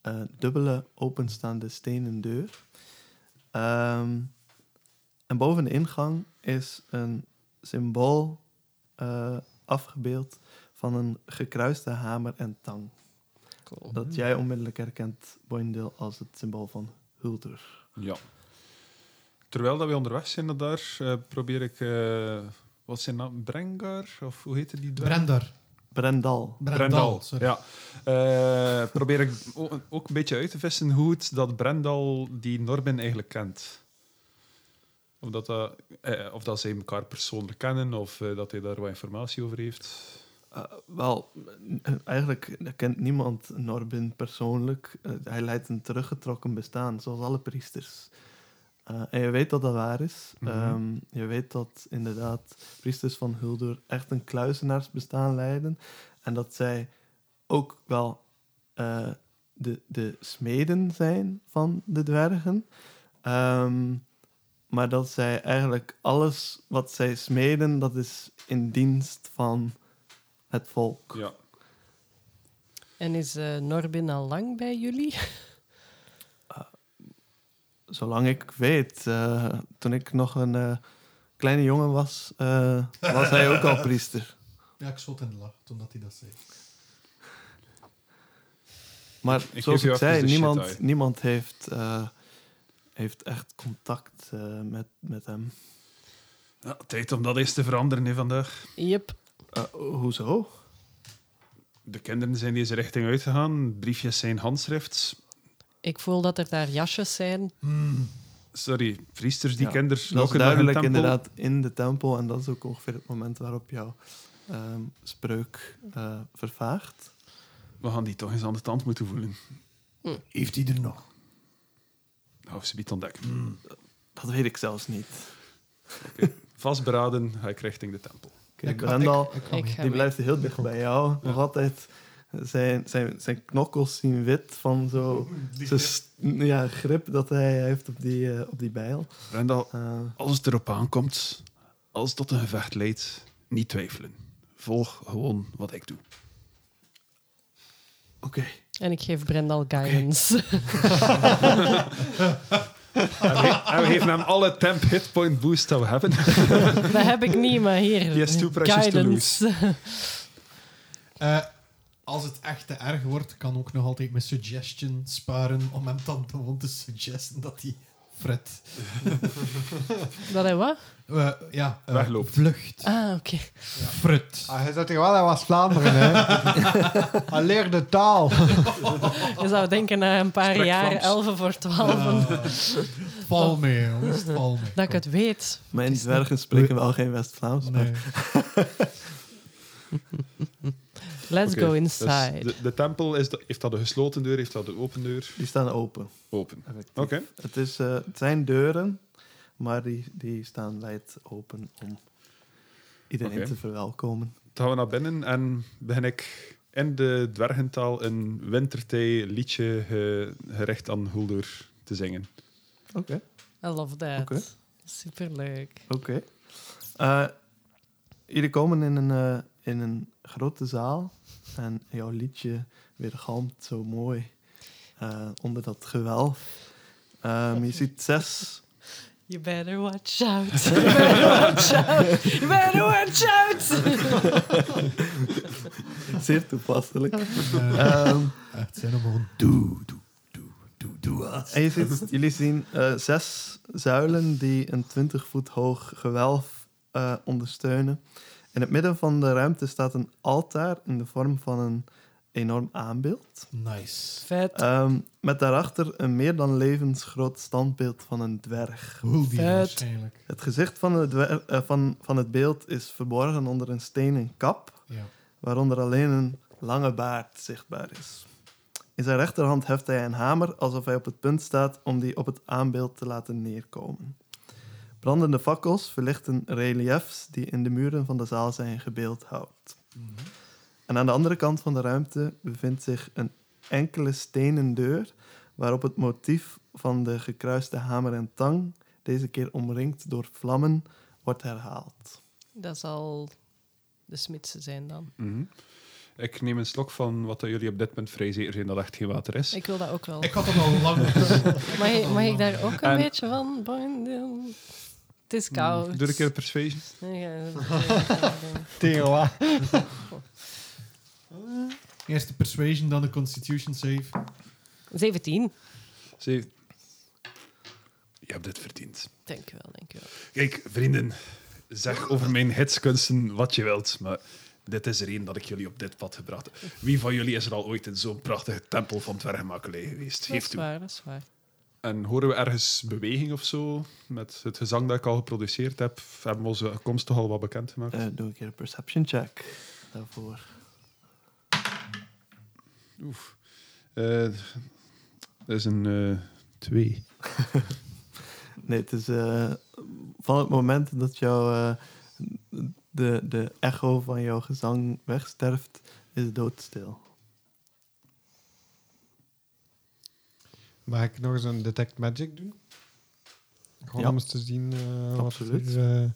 Speaker 1: eh, dubbele openstaande stenen deur. Ehm, en boven de ingang is een symbool eh, afgebeeld van een gekruiste hamer en tang.
Speaker 3: Cool.
Speaker 1: Dat jij onmiddellijk herkent Boindel als het symbool van Huldur.
Speaker 4: Ja. Terwijl dat we onderweg zijn naar daar, eh, probeer ik... eh, wat zijn naam? Brengar? Of hoe heette die dwerg?
Speaker 5: Brendar.
Speaker 1: Brendal.
Speaker 5: Brendal. sorry.
Speaker 4: ja. Eh, probeer ik o- ook een beetje uit te vissen hoe het dat Brendal die Norbin eigenlijk kent. Of dat, dat, eh, of dat zij elkaar persoonlijk kennen, of eh, dat hij daar wat informatie over heeft.
Speaker 1: Eh, wel, eh, eigenlijk kent niemand Norbin persoonlijk. Eh, hij leidt een teruggetrokken bestaan, zoals alle priesters. Eh, en je weet dat dat waar is.
Speaker 4: Mhm.
Speaker 1: Ehm, je weet dat inderdaad priesters van Huldur echt een kluizenaarsbestaan leiden. En dat zij ook wel eh, de, de smeden zijn van de dwergen. Ehm, maar dat zij eigenlijk alles wat zij smeden, dat is in dienst van het volk.
Speaker 4: Ja.
Speaker 3: En is eh, Norbin al lang bij jullie?
Speaker 1: Zolang ik weet, eh, toen ik nog een eh, kleine jongen was, eh, was hij ook al priester.
Speaker 5: Ja, ik schot in de lach toen dat hij dat zei.
Speaker 1: Maar
Speaker 4: Ik- ik
Speaker 1: zoals
Speaker 4: geef
Speaker 1: ik
Speaker 4: jou even
Speaker 1: zei,
Speaker 4: de shit
Speaker 1: niemand,
Speaker 4: eye.
Speaker 1: niemand heeft, eh, heeft echt contact eh, met, met hem.
Speaker 4: Ja, tijd om dat eens te veranderen hè, vandaag.
Speaker 3: Yep.
Speaker 1: Eh, hoezo?
Speaker 4: De kinderen zijn deze richting uitgegaan. Briefjes zijn handschrift.
Speaker 3: Ik voel dat er daar jasjes zijn.
Speaker 4: Sorry, priesters die
Speaker 1: Ja,
Speaker 4: kinderen
Speaker 1: Dat is
Speaker 4: lokken naar een
Speaker 1: duidelijk
Speaker 4: tempel.
Speaker 1: inderdaad in de tempel. En dat is ook ongeveer het moment waarop jouw ehm, spreuk eh, vervaagt.
Speaker 4: We gaan die toch eens aan de tand moeten voelen.
Speaker 5: Heeft hij er nog?
Speaker 4: Nou, ze biedt ontdekken.
Speaker 1: Hmm. Dat weet ik zelfs niet.
Speaker 4: Vastberaden ga ik richting de tempel.
Speaker 1: Oké, Brendal,
Speaker 5: ik, ik kwam
Speaker 3: Ik
Speaker 5: hier.
Speaker 3: ga
Speaker 1: Oh, Die
Speaker 3: mee.
Speaker 1: blijft heel dicht bij jou. Nog altijd. Zijn, zijn, zijn knokkels zien wit van zo. Zijn st- ja, grip dat hij heeft op die, eh, op die bijl.
Speaker 4: Brendal,
Speaker 1: Eh,
Speaker 4: Als het erop aankomt, als het tot een gevecht leidt, niet twijfelen. Volg gewoon wat ik doe.
Speaker 1: Oké.
Speaker 3: En ik geef Brendal guidance.
Speaker 4: En we, en we geven hem alle temp hitpoint boost dat we hebben.
Speaker 3: dat heb ik niet, maar hier.
Speaker 4: He has too precious to
Speaker 5: Eh, als het echt te erg wordt, kan ook nog altijd mijn suggestion sparen om hem dan gewoon te suggesten dat hij Fred
Speaker 3: Dat hij wat?
Speaker 5: eh, ja, eh,
Speaker 4: Wegloopt.
Speaker 5: vlucht.
Speaker 3: Ah, oké.
Speaker 5: Fred.
Speaker 2: Ah, hij zat hier wel, hij was Vlaanderen, hè. hij leerde taal.
Speaker 3: Je zou denken na een paar
Speaker 4: Sprak
Speaker 3: jaar,
Speaker 4: Vlaams.
Speaker 3: 11 voor 12,
Speaker 5: Eh, val mee, jongens, val mee.
Speaker 3: dat ik het weet.
Speaker 1: Mijn dwergen spreken wel geen West-Vlaams. maar-
Speaker 5: Nee.
Speaker 3: Let's
Speaker 4: Oké,
Speaker 3: go
Speaker 4: dus
Speaker 3: inside.
Speaker 4: de, de tempel, is dat, heeft dat een gesloten deur, heeft dat een open deur?
Speaker 1: Die staan open.
Speaker 4: Open.
Speaker 1: effectief.
Speaker 4: Oké.
Speaker 1: Het, is, eh, het zijn deuren. Maar die, die staan wijd open om iedereen
Speaker 4: Oké.
Speaker 1: te verwelkomen.
Speaker 4: Dan gaan we naar binnen en begin ik in de dwergentaal een wintertij liedje eh, gericht aan Huldur te zingen.
Speaker 1: Oké.
Speaker 3: I love that.
Speaker 1: Oké.
Speaker 3: Superleuk.
Speaker 1: Oké. Eh, jullie komen in een, eh, in een grote zaal en jouw liedje weergalmt zo mooi eh, onder dat gewelf. Ehm, je ziet zes,
Speaker 3: You better watch out. You better watch out. You better watch out.
Speaker 1: zeer toepasselijk.
Speaker 5: Eh,
Speaker 1: Ehm,
Speaker 5: het zijn allemaal gewoon doe, doe, doe, doe, doe. ah.
Speaker 1: en je ziet, jullie zien eh, zes zuilen die een 20 voet hoog gewelf eh, ondersteunen. In het midden van de ruimte staat een altaar in de vorm van een enorm aanbeeld.
Speaker 5: Nice.
Speaker 3: Vet.
Speaker 1: Ehm, met daarachter een meer dan levensgroot standbeeld van een dwerg.
Speaker 5: Hoe die
Speaker 3: Vet.
Speaker 5: waarschijnlijk.
Speaker 1: Het gezicht van, de dwer- eh, van, van het beeld is verborgen onder een stenen kap,
Speaker 5: Ja.
Speaker 1: waaronder alleen een lange baard zichtbaar is. In zijn rechterhand heft hij een hamer alsof hij op het punt staat om die op het aanbeeld te laten neerkomen. Brandende fakkels verlichten reliefs die in de muren van de zaal zijn gebeeldhouwd.
Speaker 5: Mhm.
Speaker 1: En aan de andere kant van de ruimte bevindt zich een enkele stenen deur waarop het motief van de gekruiste hamer en tang, deze keer omringd door vlammen, wordt herhaald.
Speaker 3: Dat zal de smidse zijn dan.
Speaker 4: Mhm. Ik neem een slok van wat dat jullie op dit punt vrij zeker zijn dat echt geen water is.
Speaker 3: Ik wil dat ook wel.
Speaker 5: Ik had het al lang.
Speaker 3: Mag, ik- mag ik daar ook een
Speaker 4: En- Mm,
Speaker 3: beetje van? Boindel? Het is koud.
Speaker 4: Doe ik een persuasion.
Speaker 3: Ja, dat is-
Speaker 2: Tegenwa.
Speaker 5: Eerst de persuasion, dan de constitution save.
Speaker 3: 17.
Speaker 4: Ze... Je hebt dit verdiend.
Speaker 3: Dankjewel, dankjewel.
Speaker 4: Kijk, vrienden, zeg over mijn hitskunsten wat je wilt, maar dit is er een dat ik jullie op dit pad gebracht heb. Wie van jullie is er al ooit in zo'n prachtige tempel van dwergmakelij geweest?
Speaker 3: Dat
Speaker 4: Heeft
Speaker 3: is
Speaker 4: u.
Speaker 3: waar, dat is waar.
Speaker 4: En horen we ergens beweging of zo? Met het gezang dat ik al geproduceerd heb, hebben we onze komst toch al wat bekendgemaakt?
Speaker 1: Eh, doe een keer een perception check daarvoor.
Speaker 4: Oef. Eh, dat is een eh, twee.
Speaker 1: Nee, het is eh, van het moment dat jouw, eh, de, de echo van jouw gezang wegsterft, is het doodstil.
Speaker 2: Mag ik nog eens een Detect Magic doen? Gewoon
Speaker 1: Ja.
Speaker 2: om eens te zien eh, wat
Speaker 1: Absoluut.
Speaker 2: er, eh,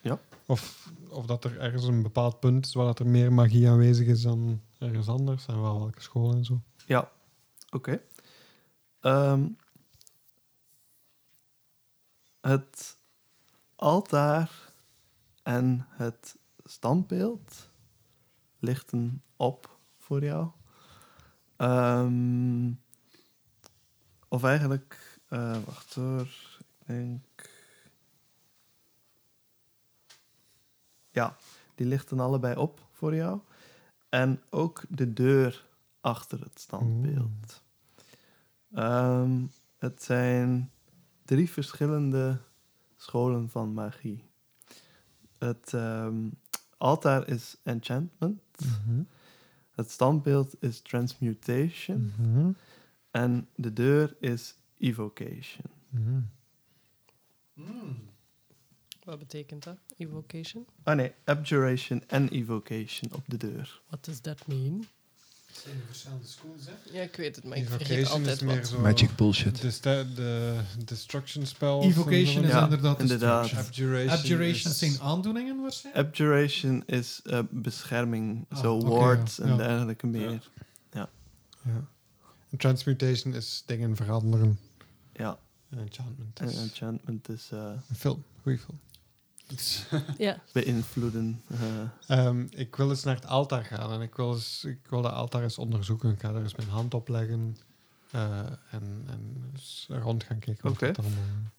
Speaker 1: Ja.
Speaker 2: of, of dat er ergens een bepaald punt is waar dat er meer magie aanwezig is dan ergens anders. En wel welke school en zo.
Speaker 1: Ja, oké. Ehm, het altaar en het standbeeld lichten op voor jou. Ehm, of eigenlijk, eh, wacht hoor, ik denk. Ja, die lichten allebei op voor jou. En ook de deur achter het standbeeld. Ehm, het zijn drie verschillende scholen van magie. Het ehm, altaar is enchantment.
Speaker 2: Mhm.
Speaker 1: Het standbeeld is transmutation.
Speaker 2: Mhm.
Speaker 1: En de deur is evocation.
Speaker 2: Mhm.
Speaker 3: Wat betekent dat? Evocation?
Speaker 1: Ah nee, abjuration en evocation op de deur.
Speaker 3: What does that mean?
Speaker 5: Zijn verschillende schools, hè?
Speaker 3: Ja, ik weet het, maar
Speaker 2: Die
Speaker 3: ik vergeet
Speaker 2: vocation
Speaker 3: altijd
Speaker 2: is meer
Speaker 3: wat.
Speaker 2: zo
Speaker 4: bullshit.
Speaker 2: De, sta- de destruction spells.
Speaker 5: Evocation is
Speaker 1: Ja,
Speaker 5: inderdaad
Speaker 1: inderdaad.
Speaker 5: de structure.
Speaker 2: Abjuration.
Speaker 5: Abjurations
Speaker 2: is-
Speaker 5: zijn aandoeningen waarschijnlijk?
Speaker 1: Abjuration is eh, bescherming,
Speaker 5: Ah,
Speaker 1: zo
Speaker 5: oké,
Speaker 1: wards
Speaker 2: ja,
Speaker 1: en
Speaker 2: ja.
Speaker 1: dergelijke meer.
Speaker 2: Ja. En Transmutation is dingen veranderen.
Speaker 1: Ja,
Speaker 2: En enchantment
Speaker 1: en
Speaker 2: is
Speaker 1: enchantment is eh,
Speaker 2: een film. Goeie film.
Speaker 3: Ja,
Speaker 1: beïnvloeden. eh,
Speaker 2: Ehm, ik wil eens naar het altaar gaan en ik wil, eens, ik wil de altaar eens onderzoeken. Ik ga er eens mijn hand op leggen eh, en, en eens rond gaan kijken.
Speaker 1: Oké.
Speaker 2: Oké.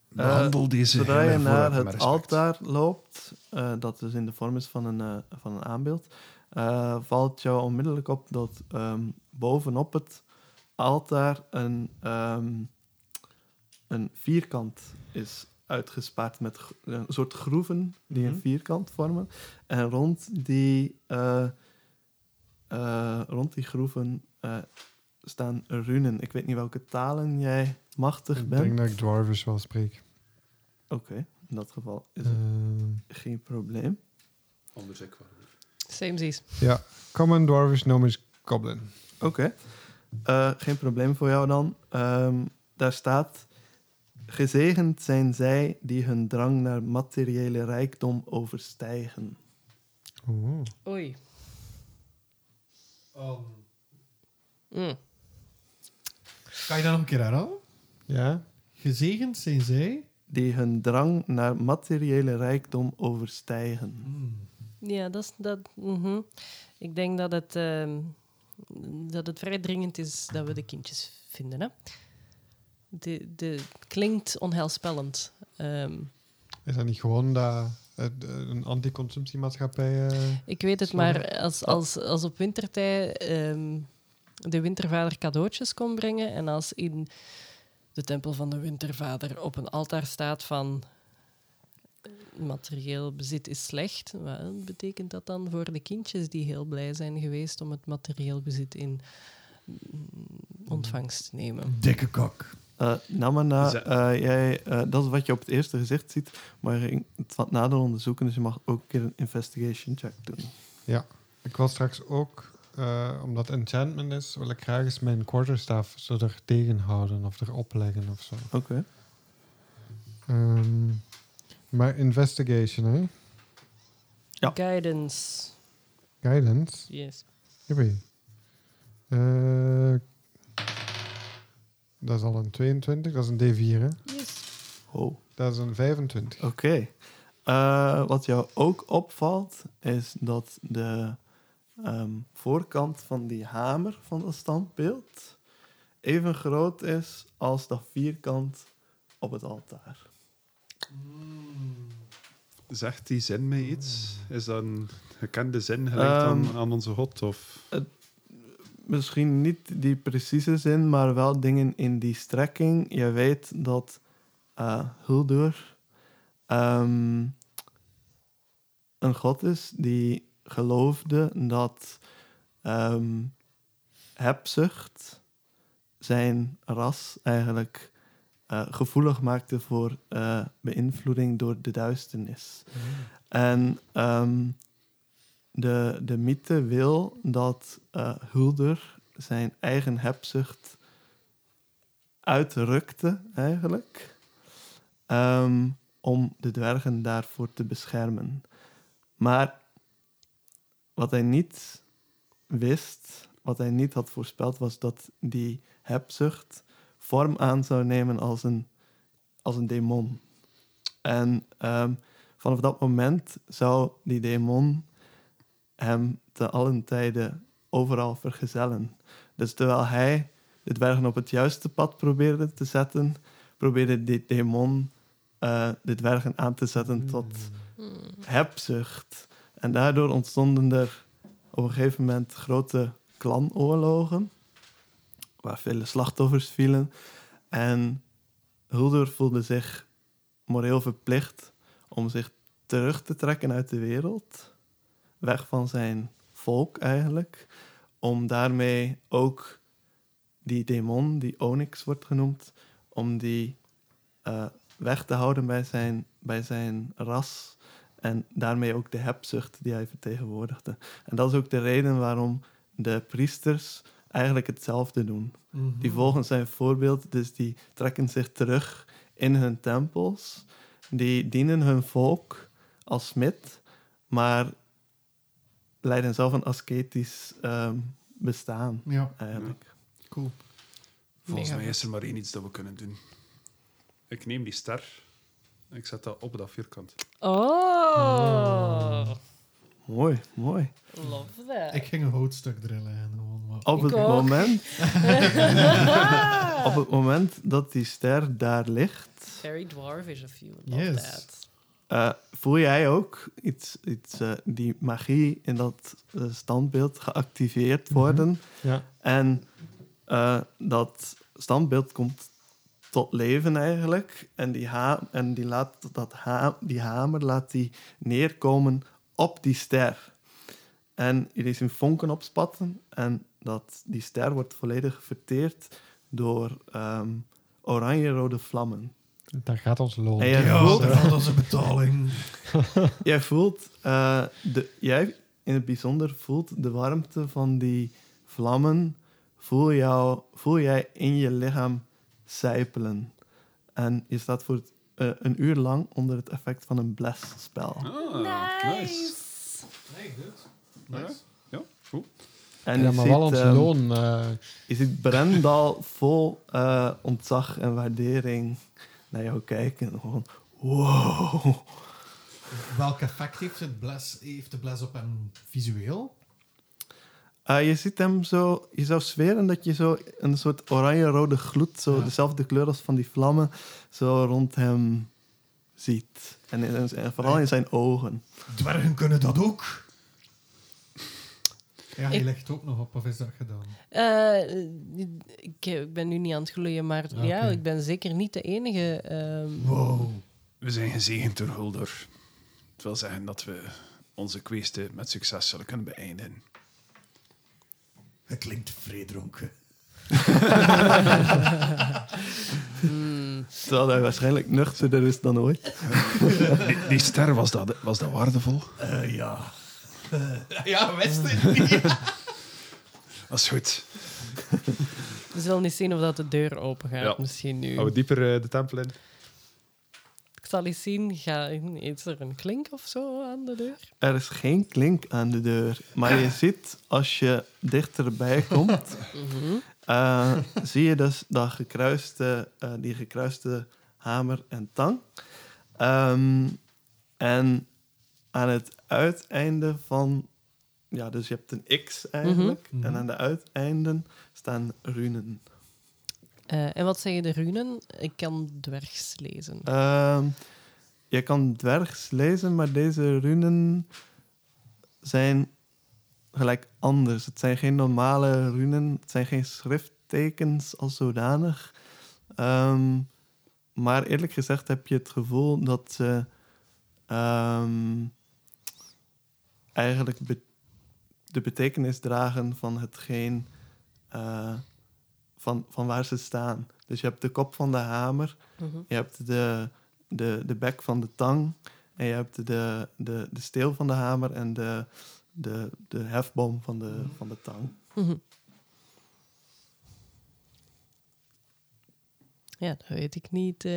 Speaker 4: Behandel deze
Speaker 1: Eh, Zodra je
Speaker 4: hele voorwerpen
Speaker 1: naar
Speaker 4: met
Speaker 1: het
Speaker 4: respect.
Speaker 1: altaar loopt, eh, dat dus in de vorm is van een, eh, van een aanbeeld, eh, valt jou onmiddellijk op dat ehm, bovenop het altaar een, ehm, een vierkant is uitgespaard met gro- een soort groeven die
Speaker 4: Mhm.
Speaker 1: een vierkant vormen. En rond die, eh, eh, rond die groeven eh, staan runen. Ik weet niet welke talen jij machtig
Speaker 2: Ik
Speaker 1: bent.
Speaker 2: denk dat ik dwarvish wel spreek.
Speaker 1: in dat geval is het
Speaker 2: Ehm,
Speaker 1: geen probleem.
Speaker 4: Anders ik wel.
Speaker 3: Same is.
Speaker 2: ja, Common Dwarvish Gnomish Goblin.
Speaker 1: Oké, Eh, geen probleem voor jou dan. Ehm, daar staat: Gezegend zijn zij die hun drang naar materiële rijkdom overstijgen.
Speaker 2: Oeh.
Speaker 3: Oei.
Speaker 5: Ehm,
Speaker 3: Mm.
Speaker 5: Kan je dat nog een keer herhalen?
Speaker 2: Ja?
Speaker 5: Gezegend zijn zij.
Speaker 1: Die hun drang naar materiële rijkdom overstijgen.
Speaker 5: Hmm.
Speaker 3: Ja, dat is dat. mhm. Ik denk dat het, ehm, dat het vrij dringend is dat we de kindjes vinden. Hè? De, de, het klinkt onheilspellend. Ehm,
Speaker 2: Is dat niet gewoon dat, het, eh, een anticonsumptiemaatschappij... eh
Speaker 3: ik weet het,
Speaker 2: Sorry.
Speaker 3: maar als, als, als op wintertijd ehm, de wintervader cadeautjes kon brengen en als in de tempel van de wintervader op een altaar staat van "Eh, materieel bezit is slecht, wat betekent dat dan voor de kindjes die heel blij zijn geweest om het materieel bezit in mm,
Speaker 5: Mhm.
Speaker 3: ontvangst te nemen?
Speaker 5: Dikke kak.
Speaker 1: Eh Namana,
Speaker 4: Ze-
Speaker 1: eh, jij, eh, dat is wat je op het eerste gezicht ziet, maar je ging het wat nader onderzoeken, dus je mag ook een keer een investigation check doen.
Speaker 2: Ik wil straks ook, eh, omdat enchantment is, wil ik graag eens mijn quarterstaff zo er tegenhouden of erop leggen of zo.
Speaker 1: Oké.
Speaker 2: Ehm, maar investigation, hè?
Speaker 1: Ja.
Speaker 3: Guidance,
Speaker 2: Guidance.
Speaker 3: yes.
Speaker 2: Jippie. Eh, dat is al een 22, dat is een D4, hè?
Speaker 3: yes.
Speaker 1: Ho.
Speaker 2: Dat is een 25.
Speaker 1: Oké. Eh, wat jou ook opvalt, is dat de ehm, voorkant van die hamer van dat standbeeld even groot is als dat vierkant op het altaar.
Speaker 4: Zegt die zin mij iets? Is dat een gekende zin gelijk aan-
Speaker 1: Ehm.
Speaker 4: aan onze god? Of
Speaker 1: Misschien niet die precieze zin, maar wel dingen in die strekking. Je weet dat eh Huldur ehm, een god is die geloofde dat ehm, hebzucht zijn ras eigenlijk eh, gevoelig maakte voor eh, beïnvloeding door de duisternis. En ehm, de, de mythe wil dat eh, Hulder zijn eigen hebzucht uitrukte, eigenlijk, ehm, om de dwergen daarvoor te beschermen. Maar wat hij niet wist, wat hij niet had voorspeld, was dat die hebzucht vorm aan zou nemen als een, als een demon. En ehm, vanaf dat moment zou die demon hem te allen tijden overal vergezellen. Dus terwijl hij de dwergen op het juiste pad probeerde te zetten, probeerde die demon eh, de dwergen aan te zetten tot hebzucht. En daardoor ontstonden er op een gegeven moment grote klanoorlogen, waar vele slachtoffers vielen. En Huldur voelde zich moreel verplicht om zich terug te trekken uit de wereld, weg van zijn volk eigenlijk, om daarmee ook die demon, die Onyx wordt genoemd, om die eh, weg te houden bij zijn, bij zijn ras. En daarmee ook de hebzucht die hij vertegenwoordigde. En dat is ook de reden waarom de priesters eigenlijk hetzelfde doen.
Speaker 5: Mhm.
Speaker 1: Die volgen zijn voorbeeld, dus die trekken zich terug in hun tempels. Die dienen hun volk als smid, maar leiden zelf een ascetisch ehm, bestaan
Speaker 5: Ja,
Speaker 1: eigenlijk.
Speaker 5: cool.
Speaker 4: volgens
Speaker 3: Mega
Speaker 4: mij
Speaker 3: vet.
Speaker 4: is er maar één iets dat we kunnen doen. Ik neem die ster en ik zet dat op dat vierkant.
Speaker 3: Oh,
Speaker 1: Mooi, mooi.
Speaker 3: love that.
Speaker 5: Mm. Ik ging een houtstuk drillen en gewoon wat.
Speaker 1: Op het,
Speaker 3: ook.
Speaker 1: moment, op het moment dat die ster daar ligt,
Speaker 3: Very dwarvish of you.
Speaker 5: love Yes. that.
Speaker 1: Eh, voel jij ook iets, iets eh, die magie in dat eh, standbeeld geactiveerd worden?
Speaker 2: Ja.
Speaker 1: En eh, dat standbeeld komt tot leven eigenlijk. En, die, ha en die, laat dat ha die hamer laat die neerkomen op die ster. En jullie zien vonken opspatten. En dat, die ster wordt volledig verteerd door ehm oranje-rode vlammen.
Speaker 2: Daar gaat ons lol.
Speaker 1: Hey,
Speaker 5: Ja,
Speaker 1: voelt-
Speaker 5: dat valt onze betaling.
Speaker 1: jij voelt, eh, de, jij in het bijzonder voelt de warmte van die vlammen, voel, jou, voel jij in je lichaam sijpelen. En je staat voor het- eh, een uur lang onder het effect van een blesspel.
Speaker 3: nice.
Speaker 5: Nee, goed.
Speaker 4: Nice. Ah, Ja, goed.
Speaker 1: En
Speaker 2: en ja,
Speaker 1: je
Speaker 2: maar wel
Speaker 1: ziet,
Speaker 2: ons
Speaker 1: ehm,
Speaker 2: loon. eh,
Speaker 1: Je ziet Brendal vol eh, ontzag en waardering naar jou kijken. Gewoon, wow.
Speaker 5: Welk effect heeft, het bles, heeft de bles op hem visueel?
Speaker 1: Eh, je ziet hem zo, je zou zweren dat je zo een soort oranje-rode gloed, zo
Speaker 5: Ja.
Speaker 1: dezelfde kleur als van die vlammen, zo rond hem ziet. En, in- en- en vooral in zijn ogen.
Speaker 5: Dwergen kunnen dat ook. Ja, je
Speaker 3: Ik-
Speaker 5: legt ook nog op, of is dat gedaan?
Speaker 3: Eh, ik, ik ben nu niet aan het gloeien, maar
Speaker 5: Oké.
Speaker 3: ja, ik ben zeker niet de enige. ehm.
Speaker 5: Wow.
Speaker 4: We zijn gezegend door Huldor. Het wil zeggen dat we onze kweesten met succes zullen kunnen beëindigen.
Speaker 5: Het klinkt vreedronken.
Speaker 3: Hmm.
Speaker 1: Terwijl hij waarschijnlijk nuchterder is dan ooit.
Speaker 4: Die, die ster, was dat, was dat waardevol?
Speaker 5: Eh, ja. Eh, ja, wist het niet.
Speaker 4: Dat is goed.
Speaker 3: We zullen niet zien of dat de deur open gaat,
Speaker 4: Ja.
Speaker 3: misschien nu.
Speaker 4: dieper de tempel in.
Speaker 3: Ik zal eens zien, ga, is er een klink of zo aan de deur?
Speaker 1: Er is geen klink aan de deur. Maar je ziet, als je dichterbij komt,
Speaker 3: Mhm.
Speaker 1: Eh, zie je dus dat gekruiste, eh, die gekruiste hamer en tang. Ehm, en aan het uiteinde van... Ja, dus je hebt een X eigenlijk.
Speaker 5: Mhm.
Speaker 1: En aan de uiteinden staan runen.
Speaker 3: Eh, en wat zeggen de runen? Ik kan dwergs lezen.
Speaker 1: Ehm, je kan dwergs lezen, maar deze runen zijn gelijk anders. Het zijn geen normale runen, het zijn geen schrifttekens als zodanig. Ehm, maar eerlijk gezegd heb je het gevoel dat ze ehm, eigenlijk be- de betekenis dragen van hetgeen eh, van, van waar ze staan. Dus je hebt de kop van de hamer
Speaker 3: Mhm.
Speaker 1: je hebt de, de, de bek van de tang. En je hebt de, de, de steel van de hamer en de, de, de hefboom van de, van de tang.
Speaker 3: Mhm. Ja, dat weet ik niet. eh.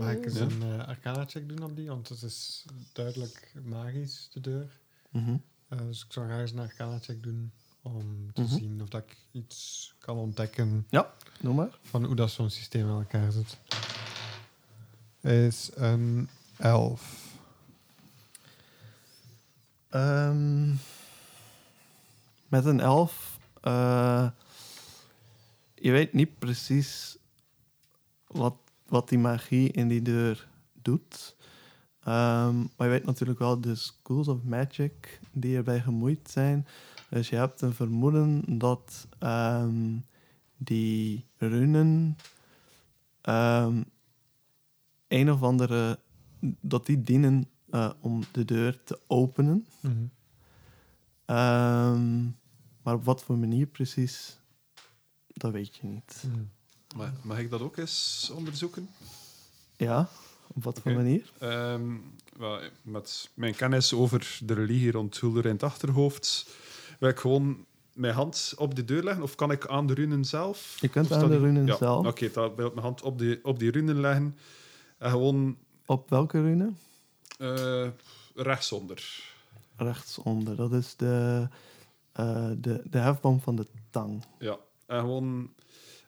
Speaker 2: Mag ik eens een eh, arcana-check doen op die? Want het is duidelijk magisch, de deur.
Speaker 1: Mhm.
Speaker 2: Eh, dus ik zou graag eens een arcana-check doen om te
Speaker 1: Mhm.
Speaker 2: zien of dat ik iets kan ontdekken
Speaker 1: Noem maar.
Speaker 2: van hoe dat zo'n systeem in elkaar zit. Is een elf.
Speaker 1: Ehm, met een elf. eh, je weet niet precies wat, wat die magie in die deur doet. Ehm, maar je weet natuurlijk wel de schools of magic die erbij gemoeid zijn. Dus je hebt een vermoeden dat ehm, die runen ehm, een of andere dat die dienen eh, om de deur te openen.
Speaker 2: Mhm.
Speaker 1: Ehm, maar op wat voor manier precies, dat weet je niet.
Speaker 2: Mhm.
Speaker 4: Mag, mag ik dat ook eens onderzoeken?
Speaker 1: Ja, op wat voor
Speaker 4: Oké.
Speaker 1: manier?
Speaker 4: Ehm, wel, met mijn kennis over de religie rond Hulder in het achterhoofd, wil ik gewoon mijn hand op de deur leggen of kan ik aan de runen zelf?
Speaker 1: Je kunt
Speaker 4: Of
Speaker 1: aan
Speaker 4: staat
Speaker 1: de
Speaker 4: die-
Speaker 1: runen
Speaker 4: ja,
Speaker 1: zelf.
Speaker 4: Oké, dan wil ik mijn hand op, die, op die runen leggen en gewoon
Speaker 1: Op welke rune?
Speaker 4: eh, rechtsonder.
Speaker 1: Rechtsonder. Dat is de, eh, de, de hefboom van de tang.
Speaker 4: Ja, en gewoon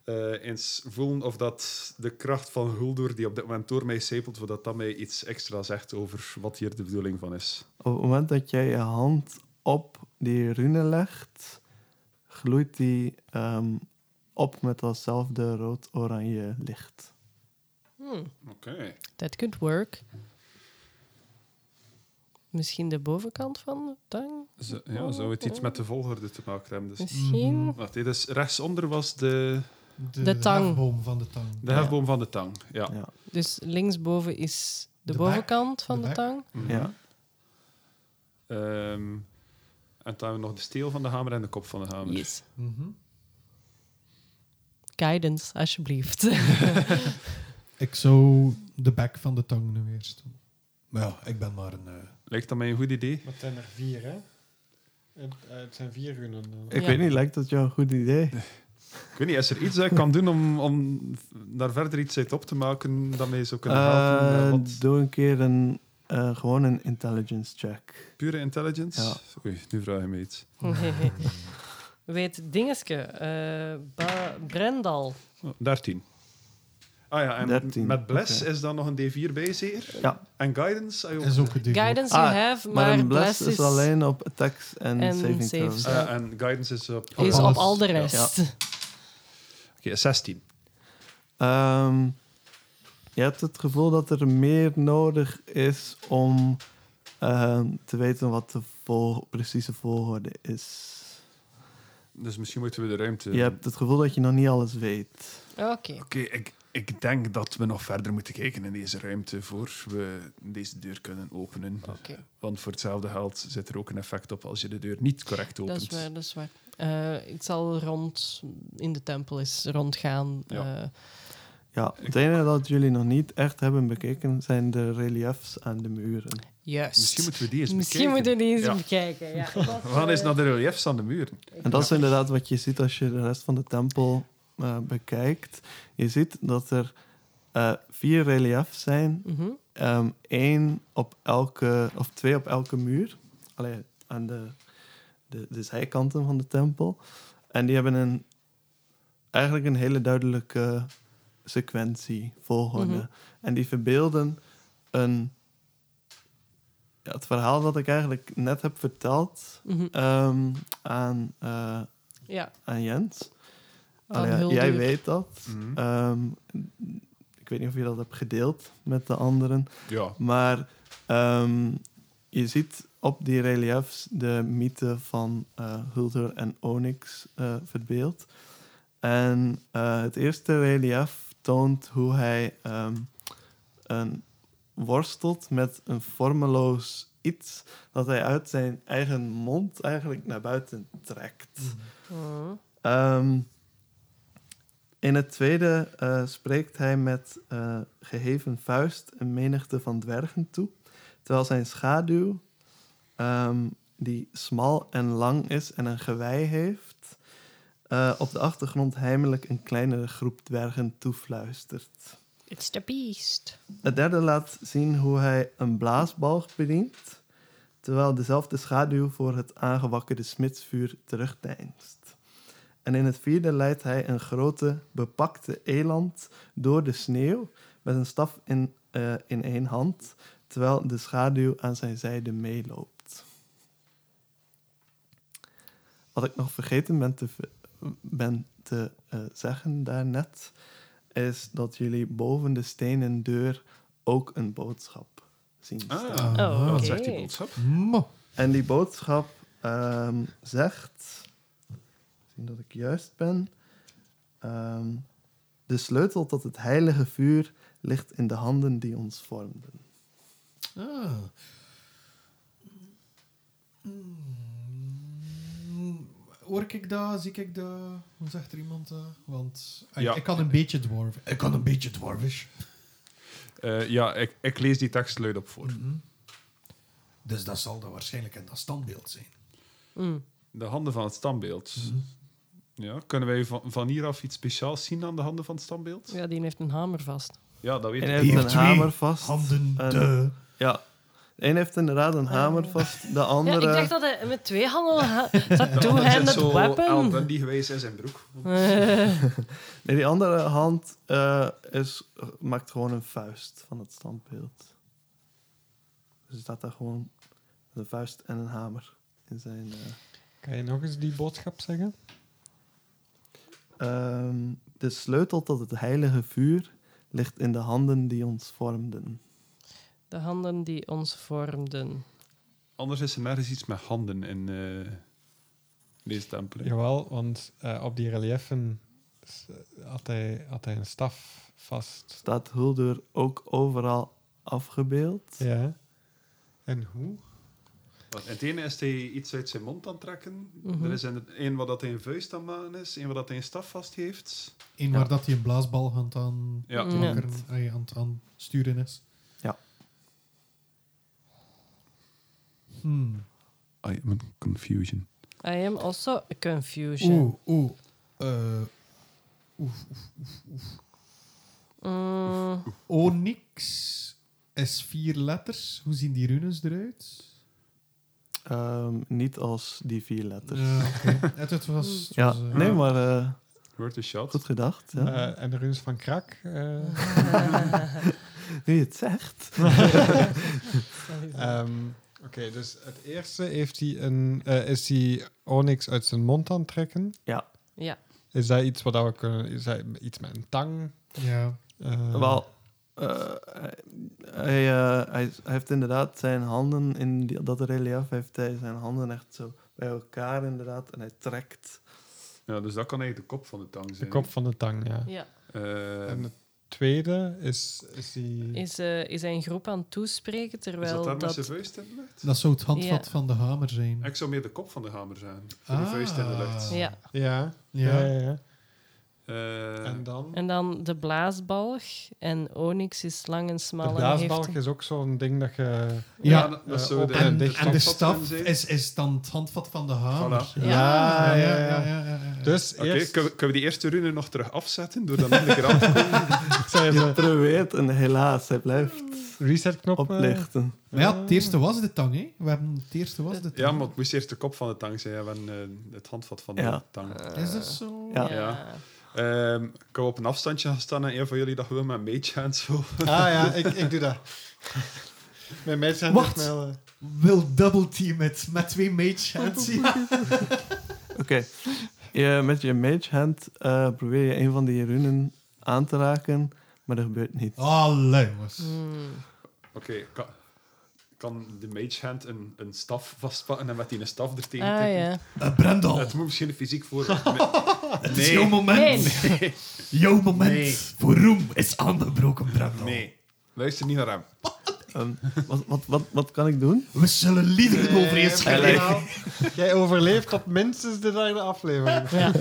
Speaker 4: eh, eens voelen of dat de kracht van Huldur die op dit moment door mij sepelt, of dat dat mij iets extra zegt over wat hier de bedoeling van is.
Speaker 1: Op het moment dat jij je hand op die rune legt, gloeit die ehm, op met datzelfde rood-oranje licht.
Speaker 3: Hmm,
Speaker 4: Oké.
Speaker 3: that could work. Misschien de bovenkant van de tang?
Speaker 4: ja, zou het iets met de volgorde te maken hebben? Dus.
Speaker 3: Misschien?
Speaker 5: Mhm.
Speaker 4: Wacht, dit is rechtsonder was de,
Speaker 5: De,
Speaker 3: De tang.
Speaker 5: hefboom van de tang.
Speaker 4: de hefboom van de tang. Ja.
Speaker 1: Ja.
Speaker 3: Dus linksboven is de,
Speaker 5: De
Speaker 3: bovenkant van de,
Speaker 5: De bek.
Speaker 3: tang.
Speaker 1: Ja.
Speaker 4: Mhm. Ehm, en dan hebben we nog de steel van de hamer en de kop van de
Speaker 1: Oh,
Speaker 4: hamer.
Speaker 3: Yes.
Speaker 5: Mhm.
Speaker 3: Guidance, alsjeblieft.
Speaker 5: Ik zou de bek van de tong nu weer stoppen. Maar ja, ik ben maar een... eh,
Speaker 4: Lijkt dat mij een goed idee?
Speaker 2: Maar het zijn er vier, hè? Het, eh, het zijn vier runnen. eh.
Speaker 1: Ik
Speaker 3: Ja.
Speaker 1: weet niet, lijkt dat jou een goed idee?
Speaker 4: Ik weet niet, is er iets dat ik kan doen om, om daar verder iets uit op te maken dat mij zou kunnen helpen?
Speaker 1: Eh,
Speaker 4: Eh, wat-
Speaker 1: doe een keer een, eh, gewoon een intelligence check.
Speaker 4: Pure intelligence?
Speaker 1: Ja.
Speaker 4: Oei, nu vraag je me iets.
Speaker 3: Weet dingeske, eh, Ba- Brendal.
Speaker 4: Oh, 13. Ah ja, en
Speaker 1: 13,
Speaker 4: met Bless
Speaker 1: oké.
Speaker 4: is dan nog een D4 bij, zeker?
Speaker 1: Ja.
Speaker 4: En Guidance? Ah, joh.
Speaker 5: is ook een ding.
Speaker 3: Guidance
Speaker 1: Ah,
Speaker 3: you have, maar,
Speaker 1: maar een
Speaker 3: bless,
Speaker 1: bless is alleen op attacks en,
Speaker 3: en
Speaker 1: saving
Speaker 3: saves.
Speaker 1: throws.
Speaker 4: Ah, ja, en Guidance is op... Oh,
Speaker 3: is
Speaker 5: alles.
Speaker 3: op al de rest.
Speaker 4: Oké, 16.
Speaker 1: Ehm, je hebt het gevoel dat er meer nodig is om ehm, te weten wat de vol- precieze volgorde is.
Speaker 4: Dus misschien moeten we de ruimte...
Speaker 1: Je hebt het gevoel dat je nog niet alles weet.
Speaker 3: Oké.
Speaker 4: Oké, ik, ik denk dat we nog verder moeten kijken in deze ruimte voor we deze deur kunnen openen.
Speaker 3: Oké.
Speaker 4: Want voor hetzelfde geld zit er ook een effect op als je de deur niet correct
Speaker 3: Dat
Speaker 4: opent.
Speaker 3: is waar, dat is waar. Eh, ik zal rond in de tempel eens rondgaan.
Speaker 4: Ja.
Speaker 3: eh,
Speaker 1: Ja, het enige dat jullie nog niet echt hebben bekeken zijn de reliefs aan de muren.
Speaker 3: juist.
Speaker 4: Misschien moeten we die eens
Speaker 3: Misschien
Speaker 4: bekijken.
Speaker 3: moeten we die eens
Speaker 4: Ja.
Speaker 3: bekijken. Ja, dat,
Speaker 4: We gaan eens
Speaker 3: eh,
Speaker 4: naar de reliefs aan de muren.
Speaker 1: En dat is inderdaad wat je ziet als je de rest van de tempel eh, bekijkt. Je ziet dat er eh, vier reliefs zijn
Speaker 3: mhm.
Speaker 1: Eén Ehm, op elke, of twee op elke muur. Allee, aan de, de, de zijkanten van de tempel. En die hebben een, eigenlijk een hele duidelijke sequentie, volgorde.
Speaker 3: Mhm.
Speaker 1: En die verbeelden een, ja, het verhaal dat ik eigenlijk net heb verteld
Speaker 3: mhm.
Speaker 1: ehm, aan, eh,
Speaker 3: Ja,
Speaker 1: aan Jens.
Speaker 3: Aan
Speaker 1: Allee,
Speaker 3: Hulduur.
Speaker 1: jij weet dat.
Speaker 4: Mhm.
Speaker 1: Ehm, ik weet niet of je dat hebt gedeeld met de anderen.
Speaker 4: Ja.
Speaker 1: Maar ehm, je ziet op die reliefs de mythe van eh, Huldur en Onyx eh, verbeeld. En eh, het eerste relief toont hoe hij ehm, een worstelt met een vormeloos iets dat hij uit zijn eigen mond eigenlijk naar buiten trekt.
Speaker 3: mhm.
Speaker 1: Ehm, in het tweede eh, spreekt hij met eh, geheven vuist een menigte van dwergen toe. Terwijl zijn schaduw, ehm, die smal en lang is en een gewei heeft, eh, op de achtergrond heimelijk een kleinere groep dwergen toefluistert.
Speaker 3: It's the beast.
Speaker 1: Het derde laat zien hoe hij een blaasbalg bedient, terwijl dezelfde schaduw voor het aangewakkerde smidsvuur terugdeinst. En in het vierde leidt hij een grote, bepakte eland door de sneeuw met een staf in, eh, in één hand, terwijl de schaduw aan zijn zijde meeloopt. Wat ik nog vergeten ben te, ve- ben te eh, zeggen daarnet, is dat jullie boven de stenen deur ook een boodschap zien staan.
Speaker 4: Ah,
Speaker 3: Oh,
Speaker 4: wat
Speaker 3: oké.
Speaker 4: zegt die boodschap?
Speaker 5: Mwah.
Speaker 1: En die boodschap ehm, zegt, zien dat ik juist ben, ehm, de sleutel tot het heilige vuur ligt in de handen die ons vormden.
Speaker 5: Ah. Mm. Hoor ik dat? Zie ik dat? Hoe zegt er iemand dat? Want ik-
Speaker 4: Ja.
Speaker 5: ik kan een beetje dwarf. Ik kan een beetje dwarvish.
Speaker 4: Eh, ja, ik, ik lees die tekst luid op voor.
Speaker 5: Dus dat zal dan waarschijnlijk in dat standbeeld zijn.
Speaker 3: Mm.
Speaker 4: De handen van het standbeeld. Ja, kunnen wij van, van hieraf iets speciaals zien aan de handen van het standbeeld? Ja,
Speaker 3: Ja, die heeft een hamer vast.
Speaker 4: dat weet
Speaker 1: Eén
Speaker 4: ik.
Speaker 1: heeft
Speaker 5: Die
Speaker 1: een
Speaker 5: heeft twee
Speaker 1: hamer vast.
Speaker 5: Handen
Speaker 1: en-
Speaker 5: de.
Speaker 1: Ja. Ah. Eén heeft inderdaad een hamer vast, de andere...
Speaker 3: Ja, ik dacht dat hij met twee handen... ha- Dat two-handed
Speaker 4: zo Al
Speaker 3: weapon.
Speaker 4: Bundy geweest in zijn broek.
Speaker 1: Nee, die andere hand eh, is, maakt gewoon een vuist van het standbeeld. Dus er staat daar gewoon een vuist en een hamer in zijn. eh,
Speaker 2: Kan je nog eens die boodschap zeggen?
Speaker 1: ehm, de sleutel tot het heilige vuur ligt in de handen die ons vormden.
Speaker 3: De handen die ons vormden.
Speaker 4: Anders is er nergens iets met handen in eh, deze tempel. hè?
Speaker 2: Jawel, want eh, op die reliefen s- eh, had hij, had hij een staf vast.
Speaker 1: Staat Huldur ook overal afgebeeld?
Speaker 2: Ja. En hoe?
Speaker 4: Want het ene is hij iets uit zijn mond aan het trekken.
Speaker 3: Mhm.
Speaker 4: Er is een, een wat dat hij een vuist aan het maken is, een wat dat hij een staf vast heeft.
Speaker 5: Eén waar dat hij een blaasbal gaat aan,
Speaker 4: Ja.
Speaker 3: Mm.
Speaker 5: te
Speaker 3: Ja.
Speaker 5: wakkeren, ay, aan, het- aan het sturen is.
Speaker 1: Ja.
Speaker 5: Hmm.
Speaker 4: I am confusion.
Speaker 3: I am also a confusion.
Speaker 5: Oeh, oeh. Eh, oef, oef.
Speaker 3: Mm,
Speaker 5: Onyx is vier letters. Hoe zien die runes eruit?
Speaker 1: Ehm, niet als die vier letters.
Speaker 5: Ja, oké. het, het was... het
Speaker 1: Ja,
Speaker 5: was, eh,
Speaker 1: nee, maar eh,
Speaker 4: Word a shot.
Speaker 1: goed gedacht. Ja.
Speaker 2: Eh, en de runes van Krak. eh,
Speaker 1: Nu je het zegt.
Speaker 2: Ehm, Oké, dus het eerste heeft hij een, eh, is hij Onyx uit zijn mond aan het trekken.
Speaker 3: ja.
Speaker 2: Is dat iets wat we kunnen... Is dat iets met een tang?
Speaker 5: Ja.
Speaker 2: Eh,
Speaker 1: Wel, eh, hij, hij, eh, hij, hij heeft inderdaad zijn handen in die- dat relief, heeft hij zijn handen echt zo bij elkaar inderdaad. En hij trekt.
Speaker 4: Ja, dus dat kan eigenlijk de kop van de tang zijn.
Speaker 2: De kop van de tang, ja.
Speaker 3: ja.
Speaker 4: Eh,
Speaker 2: En het tweede is, is die...
Speaker 3: Is, eh, is hij een groep aan het toespreken
Speaker 4: is
Speaker 3: terwijl
Speaker 4: dat daar met
Speaker 3: dat...
Speaker 4: zijn vuist in de lucht?
Speaker 5: Dat zou het handvat
Speaker 3: Ja.
Speaker 5: van de hamer zijn.
Speaker 4: Ik zou meer de kop van de hamer zijn. Voor de vuist in de lucht.
Speaker 3: Ja.
Speaker 2: Ja, ja,
Speaker 5: Ja.
Speaker 2: ja. ja.
Speaker 4: Eh,
Speaker 2: En dan?
Speaker 3: En dan de blaasbalg. En Onyx is lang en smal.
Speaker 2: de
Speaker 3: en
Speaker 2: blaasbalg
Speaker 3: heeft een-
Speaker 2: is ook zo'n ding dat je...
Speaker 5: Ja,
Speaker 4: dat- dat
Speaker 2: eh,
Speaker 4: zou de,
Speaker 2: open
Speaker 5: En,
Speaker 2: de
Speaker 4: de,
Speaker 2: dicht.
Speaker 5: en de
Speaker 4: stafvat erin
Speaker 5: staf
Speaker 4: zijn.
Speaker 5: is, is dan het handvat van de hamer.
Speaker 4: Voilà.
Speaker 5: Ja, Ah, ja, ja.
Speaker 2: ja.
Speaker 5: ja, ja, ja.
Speaker 2: Dus
Speaker 4: Oké,
Speaker 2: eerst
Speaker 4: kunnen, we- kunnen we die eerste rune nog terug afzetten door dan in de krant te komen?
Speaker 2: zijn
Speaker 1: Je
Speaker 2: de
Speaker 1: probeert en helaas, hij blijft
Speaker 2: resetknop... eh,
Speaker 1: oplichten.
Speaker 5: Maar ja, het eerste was de tang, hè. We hebben het eerste was de tang.
Speaker 4: Ja, maar het moest eerst de kop van de tang zijn en eh, het handvat van de
Speaker 1: Ja.
Speaker 4: tang.
Speaker 3: Eh,
Speaker 5: Is dat zo?
Speaker 1: Ja.
Speaker 4: Ja.
Speaker 3: Ah,
Speaker 4: Ehm, ik kan op een afstandje gaan staan en een van jullie dat wil met een mage en zo.
Speaker 2: Ah ja, ik, ik doe dat. Mijn meisjes zijn
Speaker 5: Wat?
Speaker 2: echt wel, eh,
Speaker 5: Wil double team het met twee mage hands. Ja.
Speaker 1: Oké. Je- Met je mage hand eh, probeer je een van die runen aan te raken, maar dat gebeurt niet.
Speaker 5: Allee, Ah, jongens.
Speaker 3: Mm.
Speaker 4: Oké, kan, kan de mage hand een, een staf vastpakken en met die een staf er tegen
Speaker 3: Ah
Speaker 4: tikken?
Speaker 3: ja.
Speaker 5: Eh, Brendel,
Speaker 4: Het moet misschien fysiek voor. Me-
Speaker 5: het is jouw
Speaker 4: nee,
Speaker 5: moment.
Speaker 3: Nee.
Speaker 5: Jouw moment
Speaker 4: Nee.
Speaker 5: voor roem is aangebroken, Brendel.
Speaker 4: nee. Luister niet naar hem.
Speaker 1: Ehm, wat, wat, wat, wat kan ik doen?
Speaker 5: We zullen liederen over je
Speaker 1: nee.
Speaker 5: schrijven.
Speaker 2: Jij overleeft tot minstens de derde aflevering.
Speaker 3: Ja.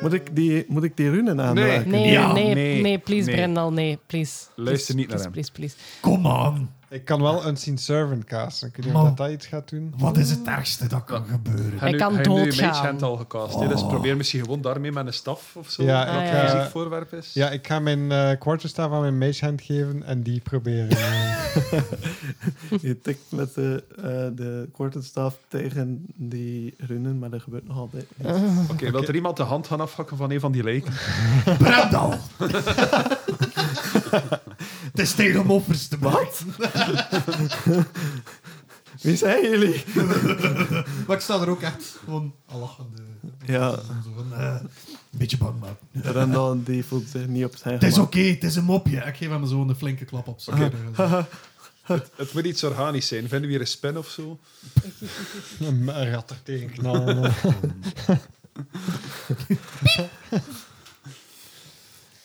Speaker 1: Moet ik die, moet ik die runen aanraken?
Speaker 3: Nee,
Speaker 5: Ja,
Speaker 3: nee,
Speaker 4: nee,
Speaker 3: nee, please,
Speaker 4: nee.
Speaker 3: Brendal, nee, please.
Speaker 4: Luister niet naar
Speaker 3: please,
Speaker 4: hem.
Speaker 3: Please, please,
Speaker 5: Kom aan.
Speaker 2: Ik kan wel Unseen Servant casten. Ik weet niet of
Speaker 5: Oh.
Speaker 2: dat, dat iets gaat doen.
Speaker 5: Wat is het ergste dat kan gebeuren?
Speaker 3: Hij kan
Speaker 4: Hij heeft nu een
Speaker 3: doodgaan.
Speaker 4: mage hand al gecast. hè, Dus probeer misschien gewoon daarmee met een staf of zo.
Speaker 2: Ja,
Speaker 4: dat
Speaker 3: ik,
Speaker 4: een
Speaker 3: eh,
Speaker 4: fysiek voorwerp is.
Speaker 2: Ja, ik ga mijn eh quarterstaff aan mijn mage hand geven en die proberen. eh,
Speaker 1: Je tikt met de, eh de quarterstaff tegen die runen, maar dat gebeurt nog altijd niet.
Speaker 4: Oké, wil er iemand de hand gaan afhakken van een van die lijken?
Speaker 5: Brendel. het is tegen om offers te maken.
Speaker 1: Wie zijn jullie?
Speaker 5: Maar ik sta er ook echt gewoon al lachende.
Speaker 1: Ja,
Speaker 5: Zo van, eh, een beetje bang, man.
Speaker 1: Rendal die voelt zich niet op zijn
Speaker 5: Het is oké,
Speaker 1: gemak.
Speaker 5: het is een mopje. Ik geef hem zo'n flinke klap op zijn schouder.
Speaker 4: Het moet iets organisch zijn. Vinden we hier een spin of zo?
Speaker 2: een rat er tegen knallen.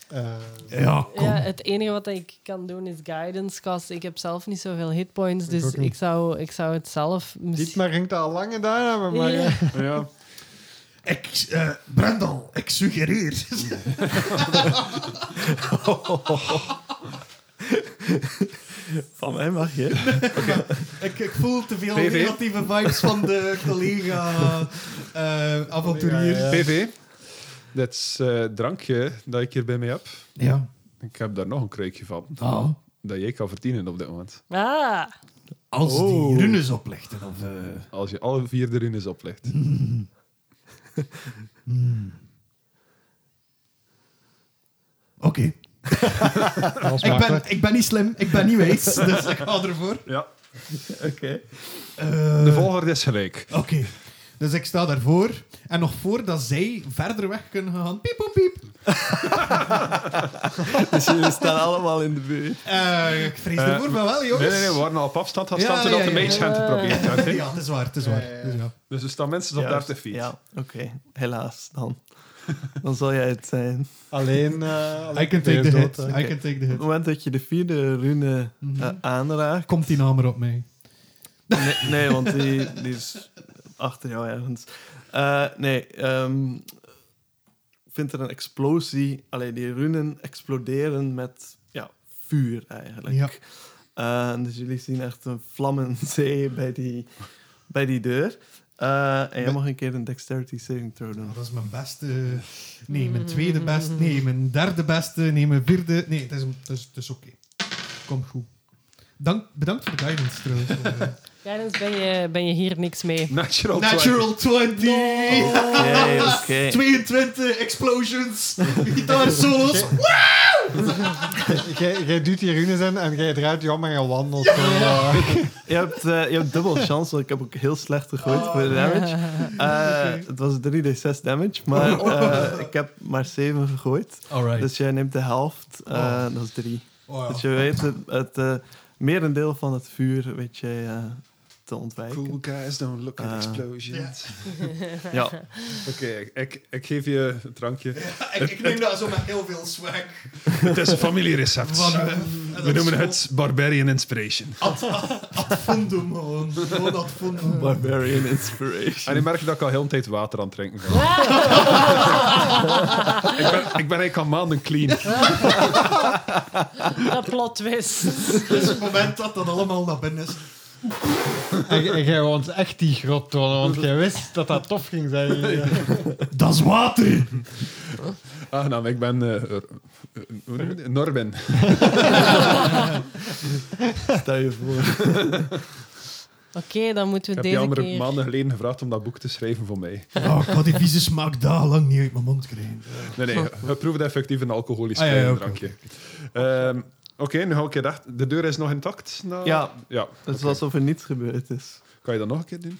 Speaker 2: Eh,
Speaker 5: Ja, kom.
Speaker 3: Ja, eh. het enige wat ik kan doen is guidance cast. Ik heb zelf niet zoveel hitpoints,
Speaker 2: Ik
Speaker 3: dus
Speaker 2: ook
Speaker 3: ik,
Speaker 2: niet.
Speaker 3: zou, ik zou het zelf misschien...
Speaker 2: Dietmar hangt al lang daar hebben, maar...
Speaker 3: Ja.
Speaker 2: eh,
Speaker 4: Ja.
Speaker 5: Ik, eh, Brendel, ik suggereer.
Speaker 1: Van mij mag je.
Speaker 5: ik, ik voel te veel
Speaker 4: PV.
Speaker 5: negatieve vibes van de collega eh, avonturier.
Speaker 2: Ja.
Speaker 4: PV, dat is eh, drankje dat ik hier bij mij heb.
Speaker 5: Ja.
Speaker 4: Ik heb daar nog een kruikje van.
Speaker 1: Oh.
Speaker 5: Ah.
Speaker 4: Dat jij kan verdienen op dit moment.
Speaker 3: Ah,
Speaker 5: Als
Speaker 1: Oh.
Speaker 5: die runes oplichten. Of, eh,
Speaker 4: Als je alle vier de runes oplegt.
Speaker 5: Oké.
Speaker 2: als
Speaker 5: Ik, ben,
Speaker 2: makkelijk.
Speaker 5: ik ben niet slim, ik ben niet wijs, dus ik ga ervoor.
Speaker 4: Ja.
Speaker 1: Oké.
Speaker 5: Eh,
Speaker 4: De volgorde is gelijk.
Speaker 5: Oké. Dus ik sta daarvoor. En nog voordat zij verder weg kunnen gaan, piep, piep, piep,
Speaker 1: dus jullie staan allemaal in de buurt.
Speaker 5: Eh, ik vrees
Speaker 4: Eh,
Speaker 5: ervoor, maar wel,
Speaker 4: Nee,
Speaker 5: jongens.
Speaker 4: nee, nee, we waren al op afstand. Had
Speaker 5: Ja,
Speaker 4: staan ze
Speaker 5: ja,
Speaker 4: dat een
Speaker 5: ja,
Speaker 4: beetje
Speaker 3: ja.
Speaker 4: aan te proberen. Kijk, hè.
Speaker 5: Ja, het is waar, het is waar. Dus ja.
Speaker 4: Dus er staan mensen op
Speaker 1: Juist,
Speaker 4: daar te fietsen.
Speaker 1: Ja, oké. Helaas dan. Dan zal jij het zijn. Op
Speaker 2: Alleen... eh, alleen
Speaker 5: I can take the
Speaker 2: dood,
Speaker 5: hit.
Speaker 2: hè.
Speaker 1: oké.
Speaker 5: I can take the
Speaker 1: het
Speaker 5: hit.
Speaker 1: moment dat je de vierde rune
Speaker 5: Mhm.
Speaker 1: eh, aanraakt...
Speaker 5: Komt die naam er op mij?
Speaker 1: Nee, nee, want die, die is achter jou ergens. Eh, nee, ehm, vindt er een explosie. Allee, die runen exploderen met ja, vuur eigenlijk.
Speaker 5: Ja.
Speaker 1: Eh, dus jullie zien echt een vlammenzee bij die, bij die deur. Eh, en jij
Speaker 5: Met-
Speaker 1: mag een keer een dexterity saving throw doen.
Speaker 5: Nou, dat is mijn beste. Nee, mijn tweede beste. Nee, mijn derde beste. Nee, mijn vierde. Nee, het is, het is, het is oké. Kom goed. Dank, bedankt voor de guidance trouwens.
Speaker 3: Guidance, ben je, ben je hier niks mee.
Speaker 4: Natural,
Speaker 5: Oh, Natural 20!
Speaker 1: Oké, oké.
Speaker 5: 22 explosions! Gitaar solos!
Speaker 2: Jij jij duwt die runes in en jij draait jammer en je wandelt. zo, eh.
Speaker 1: Je hebt, eh, je hebt dubbel chance, want ik heb ook heel slecht gegooid voor de damage. Eh, Het was 3d6 damage, maar eh, ik heb maar 7 gegooid.
Speaker 5: Alright.
Speaker 1: Dus jij neemt de helft, eh,
Speaker 5: Oh.
Speaker 1: dat is 3.
Speaker 5: Wow.
Speaker 1: Dus je weet het, het eh, merendeel van het vuur weet je eh, te ontwijken.
Speaker 4: Cool guys, don't look at
Speaker 1: Ah.
Speaker 4: explosions.
Speaker 1: Ja,
Speaker 4: Oké, ik, ik, ik geef je een drankje.
Speaker 5: Ik, ik neem dat zo met heel veel swag.
Speaker 4: Het is een familierecept.
Speaker 5: Van, eh,
Speaker 4: We noemen het Barbarian Inspiration.
Speaker 5: Ad fundum gewoon. Gewoon ad fundum.
Speaker 1: Barbarian Inspiration.
Speaker 4: En ik merk dat ik al heel een tijd water aan het drinken ben.
Speaker 3: Ah,
Speaker 4: ik, ben ik ben eigenlijk al maanden clean.
Speaker 3: Dat plot twist.
Speaker 5: Het is het moment dat dat allemaal naar binnen is.
Speaker 2: En en jij woont echt die grot, hoor, want jij wist dat dat tof ging zijn.
Speaker 5: Dat is water!
Speaker 4: Ah, nou, ik ben... eh, eh, hoe noem je het? Norben.
Speaker 1: Stel je voor.
Speaker 3: Oké, dan moeten we
Speaker 4: Ik heb je
Speaker 3: deze
Speaker 4: andere
Speaker 3: keer...
Speaker 4: maanden geleden gevraagd om dat boek te schrijven voor mij.
Speaker 5: Oh, ik had die vieze smaak daar lang niet uit mijn mond krijgen.
Speaker 4: Nee, nee, geproefde effectief een alcoholisch
Speaker 5: Ah, ja, ja,
Speaker 4: klein
Speaker 5: oké,
Speaker 4: drankje. Ehm, Oké, nu hou ik je dacht. De deur is nog intact? Nou,
Speaker 1: Ja,
Speaker 4: Ja,
Speaker 1: het is alsof er niets gebeurd is.
Speaker 4: kan je dat nog een keer doen?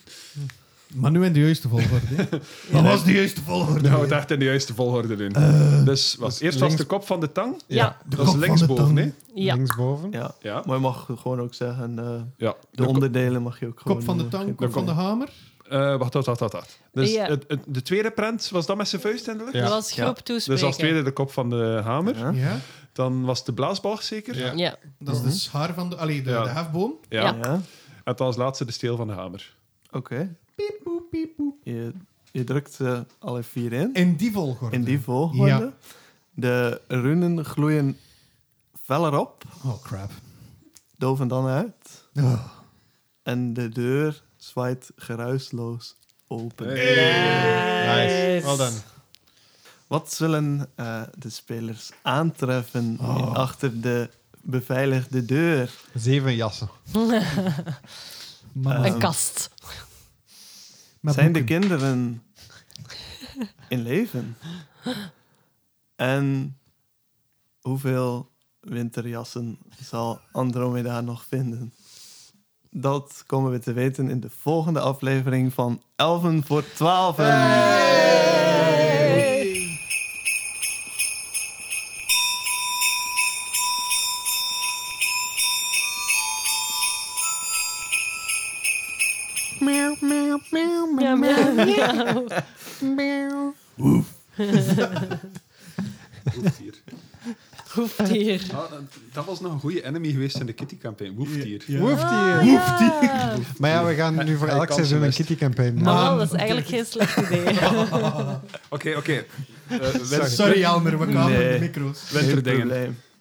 Speaker 5: Maar nu in de juiste volgorde. hè. Dat was de juiste volgorde.
Speaker 4: Nou, het echt in de juiste volgorde doen. dus wat,
Speaker 2: dus
Speaker 4: eerst was
Speaker 2: links-
Speaker 4: de kop van de tang.
Speaker 3: Ja.
Speaker 5: De
Speaker 4: dat is
Speaker 5: kop van de
Speaker 4: linksboven,
Speaker 5: tang.
Speaker 4: hè?
Speaker 3: Ja.
Speaker 2: Linksboven.
Speaker 1: Ja.
Speaker 4: Ja.
Speaker 1: Maar je mag gewoon ook zeggen, eh,
Speaker 4: ja.
Speaker 1: de
Speaker 4: ko-
Speaker 1: onderdelen mag je ook gewoon eh,
Speaker 5: Kop van de
Speaker 1: noemen.
Speaker 5: tang,
Speaker 4: Daar
Speaker 5: kop van de
Speaker 4: komt-
Speaker 5: hamer.
Speaker 4: eh, wacht, wacht, wacht, wacht, wacht. Dus
Speaker 3: Ja.
Speaker 4: het, het- de tweede prent was dat met zijn vuist in de lucht?
Speaker 2: Ja.
Speaker 3: Dat was
Speaker 1: Ja.
Speaker 3: groep toespreken.
Speaker 4: Dus als tweede de kop van de hamer.
Speaker 1: Ja.
Speaker 5: Ja.
Speaker 4: Dan was de blaasbalg zeker.
Speaker 2: Ja.
Speaker 3: Ja.
Speaker 5: Dat is de schaar van de... Allee, de,
Speaker 4: Ja.
Speaker 5: de hefboom.
Speaker 4: Ja.
Speaker 3: Ja.
Speaker 1: Ja.
Speaker 4: En dan als laatste de steel van de hamer.
Speaker 1: Oké. Je, je drukt ze alle vier in.
Speaker 5: In die volgorde.
Speaker 1: In die volgorde.
Speaker 5: Ja.
Speaker 1: De runen gloeien feller op,
Speaker 5: Oh, crap.
Speaker 1: doven dan uit.
Speaker 5: Oh.
Speaker 1: En de deur zwaait geruisloos open.
Speaker 2: Nice. Well done.
Speaker 1: Wat zullen eh, de spelers aantreffen in- achter de beveiligde deur?
Speaker 2: Zeven jassen. Eh,
Speaker 5: Mama.
Speaker 3: Een kast.
Speaker 5: Met
Speaker 1: Zijn de
Speaker 5: boeken.
Speaker 1: kinderen in leven? En hoeveel winterjassen zal Andromeda nog vinden? Dat komen we te weten in de volgende aflevering van Elven voor Twaalfen.
Speaker 3: Ja, maar- ja.
Speaker 4: Woefdier.
Speaker 3: Hoeft hier.
Speaker 4: Ah, dat- dat was nog een goede enemy geweest in de Kitty campaign. Woefdier.
Speaker 5: Ja.
Speaker 2: Hoeft hier.
Speaker 3: Hoeft
Speaker 2: Maar ja, we gaan nu voor
Speaker 4: Hij
Speaker 2: elk
Speaker 4: kan
Speaker 2: seizoen
Speaker 4: zijn
Speaker 2: een
Speaker 4: best.
Speaker 2: kitty campaign
Speaker 3: Maar
Speaker 2: doen.
Speaker 3: wel, dat is eigenlijk geen slecht idee.
Speaker 4: Oké, oké. Eh, win-
Speaker 5: Sorry, Elmer, we kwamen
Speaker 1: Nee.
Speaker 5: de micro's.
Speaker 1: Geen
Speaker 4: Winterdingen.
Speaker 1: probleem.